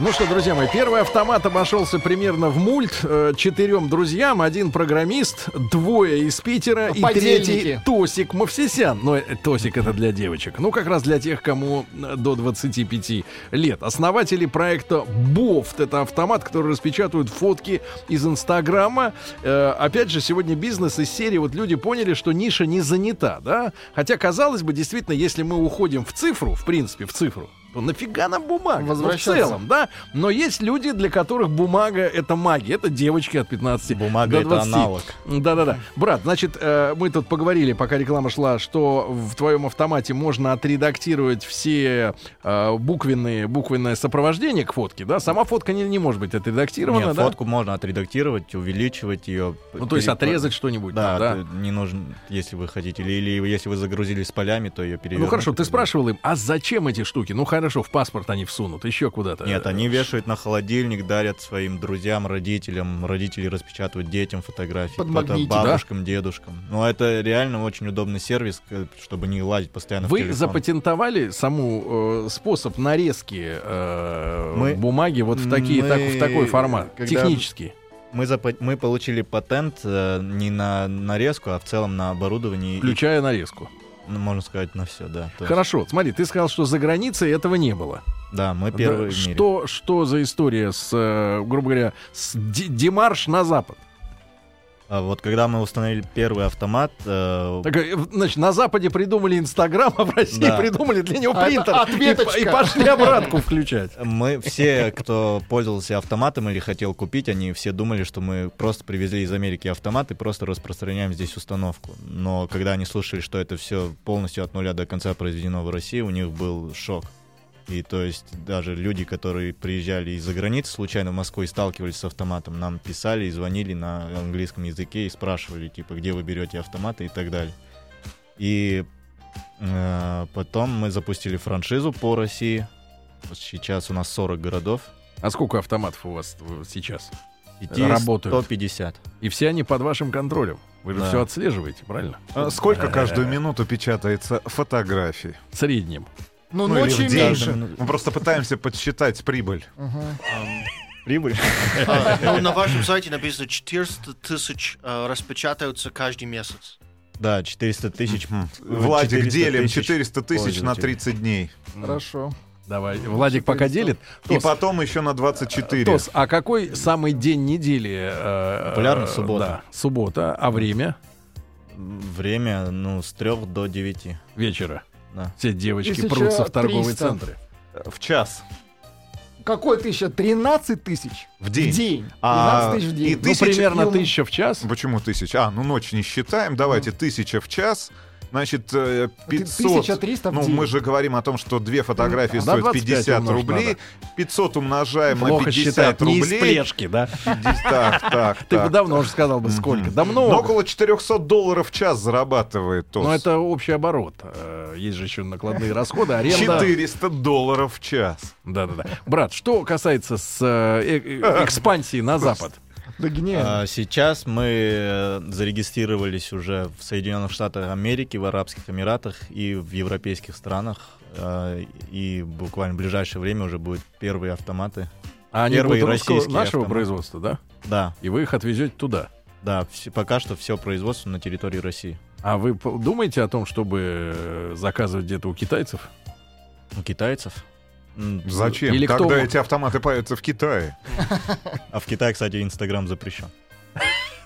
Speaker 2: Ну что, друзья мои, первый автомат обошелся примерно в мульт э, четырем друзьям, один программист, двое из Питера и
Speaker 6: Подельники.
Speaker 2: третий Тосик Мовсесян. Но э, Тосик это для девочек. Ну, как раз для тех, кому э, до 25 лет. Основатели проекта Бофт. Это автомат, который распечатывают фотки из Инстаграма. Э, опять же, сегодня бизнес из серии. Вот люди поняли, что ниша не занята, да? Хотя, казалось бы, действительно, если мы уходим в цифру, в принципе, в цифру, то нафига нам бумага? Ну, в
Speaker 6: Возвращаться.
Speaker 2: целом, да? Но есть люди, для которых бумага — это магия. Это девочки от 15
Speaker 3: Бумага
Speaker 2: до
Speaker 3: это
Speaker 2: 20.
Speaker 3: аналог.
Speaker 2: Да-да-да. Брат, значит, э, мы тут поговорили, пока реклама шла, что в твоем автомате можно отредактировать все э, буквенные, буквенное сопровождение к фотке, да? Сама фотка не, не может быть отредактирована,
Speaker 3: Нет,
Speaker 2: да?
Speaker 3: фотку можно отредактировать, увеличивать ее.
Speaker 2: Ну, то есть отрезать что-нибудь,
Speaker 3: Да,
Speaker 2: там, да? Ну,
Speaker 3: ты- не нужно, если вы хотите. Или, или если вы загрузились с полями, то ее перевернуть.
Speaker 2: Ну хорошо, ты
Speaker 3: и так далее.
Speaker 2: спрашивал им, а зачем эти штуки? Ну хорошо, в паспорт они всунут, еще куда-то.
Speaker 3: Нет, они вешают на холодильник, дарят своим друзьям, родителям. Родители распечатывают детям фотографии.
Speaker 6: Под
Speaker 3: кто-то
Speaker 6: магнитик, да?
Speaker 3: бабушкам, дедушкам. Но это реально очень удобный сервис, к- чтобы не лазить постоянно в
Speaker 2: Вы
Speaker 3: телефон.
Speaker 2: запатентовали саму э, способ нарезки э,
Speaker 3: Мы-
Speaker 2: бумаги вот в такие так- в
Speaker 3: мы,
Speaker 2: такой формат
Speaker 3: когда-
Speaker 2: технически.
Speaker 3: Мы, запа- мы получили патент э, не на нарезку, а в целом на оборудование. и,
Speaker 2: Включая нарезку.
Speaker 3: ну, можно сказать, на все, да. То есть,
Speaker 2: Хорошо, смотри, ты сказал, что за границей этого не было.
Speaker 3: да, мы
Speaker 2: Да,
Speaker 3: первые в мире.
Speaker 2: что, что за история с, э, грубо говоря, с ди- демарш на запад?
Speaker 3: А вот когда мы установили первый автомат, э,
Speaker 2: Так, э, в- значит, на западе придумали Инстаграм, а в России
Speaker 3: Да.
Speaker 2: придумали для него
Speaker 6: А это
Speaker 2: принтер. И п-
Speaker 6: ответочка.
Speaker 2: и пошли обратку включать.
Speaker 3: мы все, кто пользовался автоматом или хотел купить, они все думали, что мы просто привезли из Америки автомат и просто распространяем здесь установку. Но когда они слушали, что это все полностью от нуля до конца произведено в России, у них был шок. И то есть даже люди, которые приезжали из-за границы случайно в Москву и сталкивались с автоматом, нам писали и звонили на английском языке и спрашивали, типа, где вы берете автоматы и так далее. И э, потом мы запустили франшизу по России. Сейчас у нас 40 городов.
Speaker 2: А сколько автоматов у вас э, сейчас?
Speaker 3: Сети
Speaker 2: Работают.
Speaker 3: 150.
Speaker 2: И все они под вашим контролем. Вы же
Speaker 3: Да.
Speaker 2: все отслеживаете, правильно?
Speaker 4: А Сколько каждую минуту печатается фотографий?
Speaker 2: В среднем.
Speaker 6: Ну,
Speaker 4: или
Speaker 6: ночью
Speaker 4: в день.
Speaker 6: меньше.
Speaker 4: Мы просто пытаемся подсчитать прибыль.
Speaker 5: Эм,
Speaker 3: Прибыль.
Speaker 5: а, ну, на вашем сайте написано 400 тысяч э, распечатаются каждый месяц.
Speaker 3: Да, 400 тысяч.
Speaker 4: Владик,
Speaker 3: 400
Speaker 4: делим
Speaker 3: тысяч
Speaker 4: 400 тысяч на
Speaker 3: пользователей.
Speaker 4: 30 дней.
Speaker 6: Хорошо.
Speaker 2: Давай,
Speaker 3: Ну,
Speaker 2: Владик пока делит.
Speaker 4: И
Speaker 2: Тос,
Speaker 4: потом еще на 24.
Speaker 2: Тос, а какой самый день недели? э,
Speaker 3: Популярно
Speaker 2: э,
Speaker 3: суббота.
Speaker 2: да, суббота, а время
Speaker 3: Время, ну, с 3 до 9.
Speaker 2: вечера.
Speaker 3: Да.
Speaker 2: Все девочки
Speaker 6: Тысяча
Speaker 2: прутся в торговые
Speaker 6: триста.
Speaker 2: центры.
Speaker 4: В час.
Speaker 6: Какой тысяча? 13 тысяч
Speaker 4: В день.
Speaker 6: в день. 13
Speaker 4: А,
Speaker 6: тысяч в
Speaker 4: и
Speaker 6: день.
Speaker 2: Ну,
Speaker 4: Тысяча-
Speaker 2: примерно
Speaker 6: Ну,
Speaker 2: тысяча в час.
Speaker 4: Почему тысяча? А, ну ночь не считаем.
Speaker 2: Ну.
Speaker 4: Давайте тысяча в час. Значит,
Speaker 2: А
Speaker 4: э, 500.
Speaker 6: 1300 в
Speaker 4: ну,
Speaker 6: день.
Speaker 4: мы же говорим о том, что две фотографии
Speaker 2: Ну, а На
Speaker 4: стоят
Speaker 2: 25
Speaker 4: 50
Speaker 2: умножить
Speaker 4: рублей.
Speaker 2: надо.
Speaker 4: 500 умножаем
Speaker 2: Плохо
Speaker 4: на 50
Speaker 2: считают, не из
Speaker 4: рублей.
Speaker 2: плешки, да?
Speaker 4: 50, Так, так,
Speaker 2: Ты бы
Speaker 4: так.
Speaker 2: давно уже сказал бы, сколько. Да
Speaker 4: Ну,
Speaker 2: много.
Speaker 4: около 400 долларов в час зарабатывает Тос.
Speaker 2: Но это общий оборот. Э, Есть же еще накладные расходы, аренда.
Speaker 4: 400 долларов в час.
Speaker 2: Да-да-да. Брат, что касается с э, э, э, экспансии на Запад?
Speaker 6: Да гениально.
Speaker 3: А сейчас мы э, зарегистрировались уже в Соединенных Штатах Америки, в Арабских Эмиратах и в европейских странах. Э, И буквально в ближайшее время уже будут первые автоматы.
Speaker 2: А они
Speaker 3: Первый
Speaker 2: будут русского,
Speaker 3: российский
Speaker 2: нашего
Speaker 3: автомат.
Speaker 2: производства, да?
Speaker 3: Да,
Speaker 2: И вы их отвезете туда.
Speaker 3: да, все- пока что все производство на территории России.
Speaker 2: А вы п- думаете о том, чтобы э, заказывать где-то у китайцев?
Speaker 3: У китайцев. М,
Speaker 4: Зачем?
Speaker 2: Или
Speaker 4: Тогда
Speaker 2: кто-
Speaker 4: эти автоматы появятся в Китае.
Speaker 3: А в Китае, кстати, Инстаграм запрещен.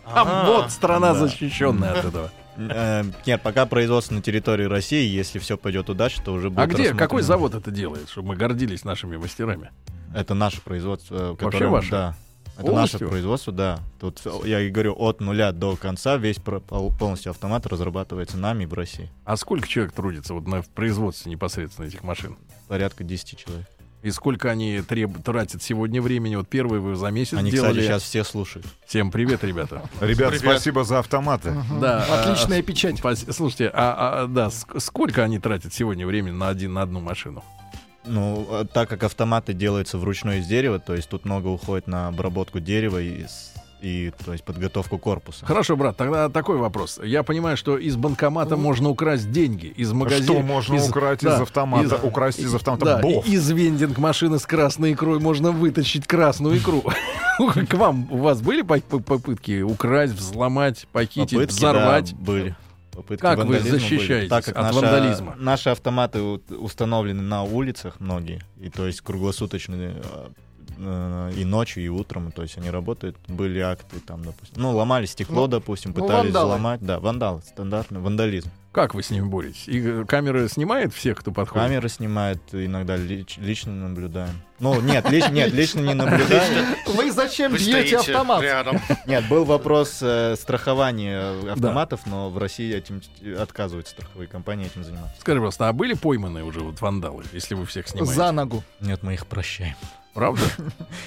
Speaker 2: А вот страна
Speaker 3: да.
Speaker 2: защищенная от этого.
Speaker 3: Э, Нет, пока производство на территории России, если все пойдет удачно, то уже будет
Speaker 2: А где,
Speaker 3: рассмотрено.
Speaker 2: какой завод это делает, чтобы мы гордились нашими мастерами?
Speaker 3: Это наше производство. э,
Speaker 2: Вообще
Speaker 3: которое-
Speaker 2: ваше?
Speaker 3: Да. Это
Speaker 2: Полностью?
Speaker 3: наше производство, да. Тут я и говорю, от нуля до конца весь про- пол- полностью автомат разрабатывается нами в России.
Speaker 2: А сколько человек трудится вот на в производстве непосредственно этих машин?
Speaker 3: Порядка 10 человек.
Speaker 2: И сколько они треб- тратят сегодня времени? Вот первый вы за месяц
Speaker 3: Они,
Speaker 2: делали.
Speaker 3: кстати, сейчас все слушают.
Speaker 2: Всем привет, ребята.
Speaker 4: Ребят,
Speaker 5: Привет.
Speaker 4: спасибо за автоматы.
Speaker 2: Да. а,
Speaker 6: Отличная
Speaker 2: с-
Speaker 6: печать.
Speaker 2: спас- Слушайте, а, а, да, ск- сколько они тратят сегодня времени на один на одну машину?
Speaker 3: Ну, э, так как автоматы делаются вручную из дерева, то есть тут много уходит на обработку дерева и, с- и то есть подготовку корпуса.
Speaker 2: Хорошо, брат, тогда такой вопрос. Я понимаю, что из банкомата можно украсть деньги, из магазина.
Speaker 4: Ну. Что можно
Speaker 2: из-
Speaker 4: украсть
Speaker 2: да,
Speaker 4: из автомата?
Speaker 2: из-
Speaker 4: Украсть из автомата
Speaker 2: да,
Speaker 4: бов.
Speaker 2: и- из вендинг машины с красной икрой можно вытащить красную икру. К вам у вас были по- по- попытки украсть, взломать, похитить,
Speaker 3: Попытки,
Speaker 2: взорвать?
Speaker 3: да, были. Попытки
Speaker 2: Как вы
Speaker 3: вандализма
Speaker 2: защищаетесь от
Speaker 3: наша-
Speaker 2: вандализма?
Speaker 3: Наши автоматы у- установлены на улицах многие, и то есть круглосуточные э, э, и ночью, и утром, и то есть они работают. Были акты там, допустим, ну ломали стекло,
Speaker 6: Ну,
Speaker 3: допустим,
Speaker 6: ну,
Speaker 3: пытались
Speaker 6: вандалы.
Speaker 3: взломать, да, вандалы, стандартный вандализм.
Speaker 2: Как вы с ними боретесь? И э, камера снимает всех, кто подходит?
Speaker 3: Камеры снимают, иногда лич- лично наблюдаем. Ну нет, лич- нет, лично не наблюдаем.
Speaker 6: Вы зачем
Speaker 5: Вы
Speaker 6: бьете
Speaker 5: стоите
Speaker 6: автомат?
Speaker 5: рядом.
Speaker 3: Нет, был вопрос э, страхования автоматов, но в России этим э, отказываются страховые компании этим заниматься.
Speaker 2: Скажи, просто, а были пойманы уже вот вандалы, если вы всех снимаете?
Speaker 6: За ногу.
Speaker 3: Нет, мы их прощаем.
Speaker 2: Правда?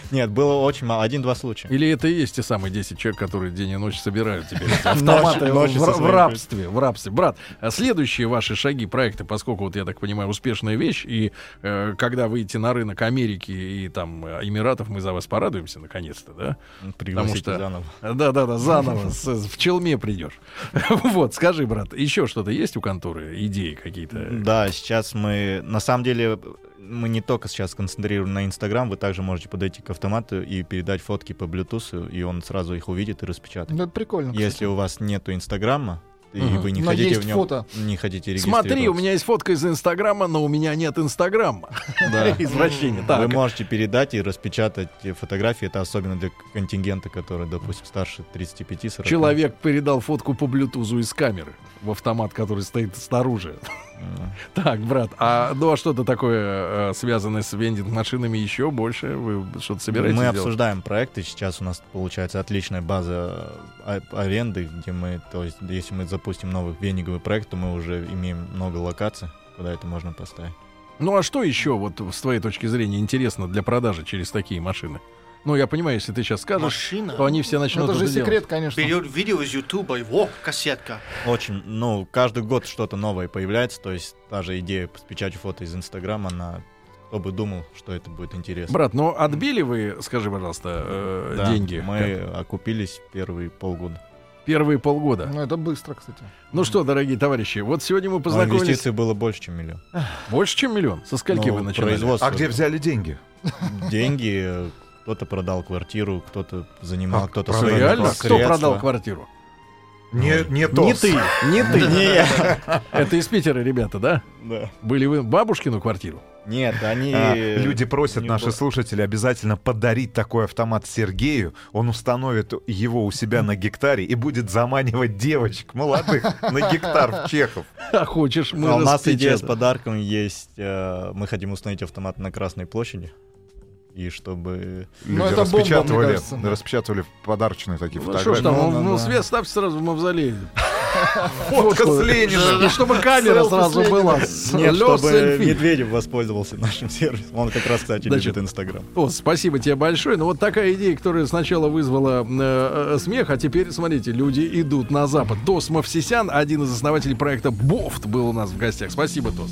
Speaker 3: Нет, было очень мало, один-два случая.
Speaker 2: Или это и есть те самые 10 человек, которые день и ночь собирают теперь эти
Speaker 3: Ночь-
Speaker 2: автоматы
Speaker 3: ночь со
Speaker 2: в, в
Speaker 3: своими
Speaker 2: рабстве, в рабстве. Брат, а следующие ваши шаги, проекты, поскольку, вот я так понимаю, успешная вещь, и э, когда выйдете на рынок Америки и там э, Эмиратов, мы за вас порадуемся наконец-то, да?
Speaker 3: Пригласите
Speaker 2: что-
Speaker 3: заново.
Speaker 2: Да-да-да, заново, с- с- в челме придешь. Вот, скажи, брат, еще что-то есть у конторы? Идеи какие-то?
Speaker 3: Да, сейчас мы... На самом деле, мы не только сейчас концентрируем на Инстаграм, вы также можете подойти к автомату и передать фотки по Bluetooth, и он сразу их увидит и распечатает.
Speaker 6: Ну, это прикольно. кстати.
Speaker 3: Если у вас нету Инстаграма, и
Speaker 2: Мгм.
Speaker 3: вы не
Speaker 6: Но
Speaker 3: хотите
Speaker 6: есть
Speaker 3: в нем...
Speaker 6: фото.
Speaker 3: Не хотите регистрироваться.
Speaker 2: Смотри, у меня есть фотка из Инстаграма, но у меня нет Инстаграма.
Speaker 3: Да.
Speaker 2: Извращение.
Speaker 3: Вы
Speaker 2: Так,
Speaker 3: можете передать и распечатать э, фотографии. Это особенно для контингента, который, допустим, старше 35-40.
Speaker 2: Человек передал фотку по блютузу из камеры в автомат, который стоит снаружи.
Speaker 3: Э,
Speaker 2: Так, брат, а ну а что-то такое э, связанное с вендинг-машинами еще больше? Вы что-то собираетесь
Speaker 3: мы
Speaker 2: делать?
Speaker 3: обсуждаем проекты. Сейчас у нас получается отличная база э, а- аренды, где мы, то есть, если мы запустим новый вениговый проект, то мы уже имеем много локаций, куда это можно поставить.
Speaker 2: Ну а что еще, вот с твоей точки зрения, интересно для продажи через такие машины? Ну, я понимаю, если ты сейчас скажешь,
Speaker 5: Машина
Speaker 2: то они все
Speaker 6: Ну,
Speaker 2: начнут
Speaker 6: это же
Speaker 2: это делать.
Speaker 6: секрет, конечно.
Speaker 5: берет видео из Ютуба и во, кассетка.
Speaker 3: Очень, ну, каждый год что-то новое появляется, то есть та же идея с печатью фото из Инстаграма, она, кто бы думал, что это будет интересно.
Speaker 2: Брат, ну, но отбили вы, скажи, пожалуйста, э,
Speaker 3: Да,
Speaker 2: деньги?
Speaker 3: Мы окупились первые полгода.
Speaker 2: Первые полгода.
Speaker 6: Ну, это быстро, кстати.
Speaker 2: Ну что, дорогие товарищи, вот сегодня мы
Speaker 3: Но
Speaker 2: познакомились...
Speaker 3: инвестиций было больше, чем миллион.
Speaker 2: Больше, чем миллион? Со скольки
Speaker 3: Ну,
Speaker 2: вы начали?
Speaker 3: производство.
Speaker 4: А где взяли деньги?
Speaker 3: деньги? э, Кто-то продал квартиру, кто-то занимал,
Speaker 4: Как?
Speaker 3: кто-то
Speaker 4: Продал?
Speaker 3: сэкономил
Speaker 2: Реально? А Кто
Speaker 3: средства.
Speaker 2: продал квартиру?
Speaker 4: Не,
Speaker 2: Ну,
Speaker 4: не то.
Speaker 3: Не ты, не ты. Не я.
Speaker 2: Это из Питера, ребята, да?
Speaker 3: Да.
Speaker 2: Были вы бабушкину квартиру?
Speaker 3: Нет, они...
Speaker 4: А, люди просят
Speaker 3: не
Speaker 4: наши
Speaker 3: было.
Speaker 4: слушатели обязательно подарить такой автомат Сергею. Он установит его у себя на гектаре и будет заманивать девочек молодых на гектар в Чехов.
Speaker 2: А хочешь, мы
Speaker 3: А у нас идея с
Speaker 2: распечатаем. Ну
Speaker 3: подарком есть. э, Мы хотим установить автомат на Красной площади. И чтобы...
Speaker 4: Люди
Speaker 6: Ну, это бомба, мне
Speaker 4: распечатывали,
Speaker 6: кажется.
Speaker 4: распечатывали подарочные такие
Speaker 2: Ну что ж
Speaker 4: фотографии.
Speaker 2: там,
Speaker 3: Ну,
Speaker 2: ну,
Speaker 3: да,
Speaker 2: ну,
Speaker 3: да.
Speaker 2: свет ставь сразу в мавзолей.
Speaker 4: Фотка с Лениным.
Speaker 2: И чтобы камера
Speaker 6: Селфи
Speaker 2: сразу
Speaker 6: с
Speaker 2: была.
Speaker 3: Нет,
Speaker 2: Лёс
Speaker 3: чтобы
Speaker 2: селфи.
Speaker 3: Медведев воспользовался нашим сервисом. Он как раз, кстати,
Speaker 2: Значит,
Speaker 3: любит Инстаграм.
Speaker 2: О, спасибо тебе большое. Ну вот такая идея, которая сначала вызвала э, э, смех, а теперь, смотрите, люди идут на Запад. Тос Мовсисян, один из основателей проекта Бофт, был у нас в гостях. Спасибо, Тос.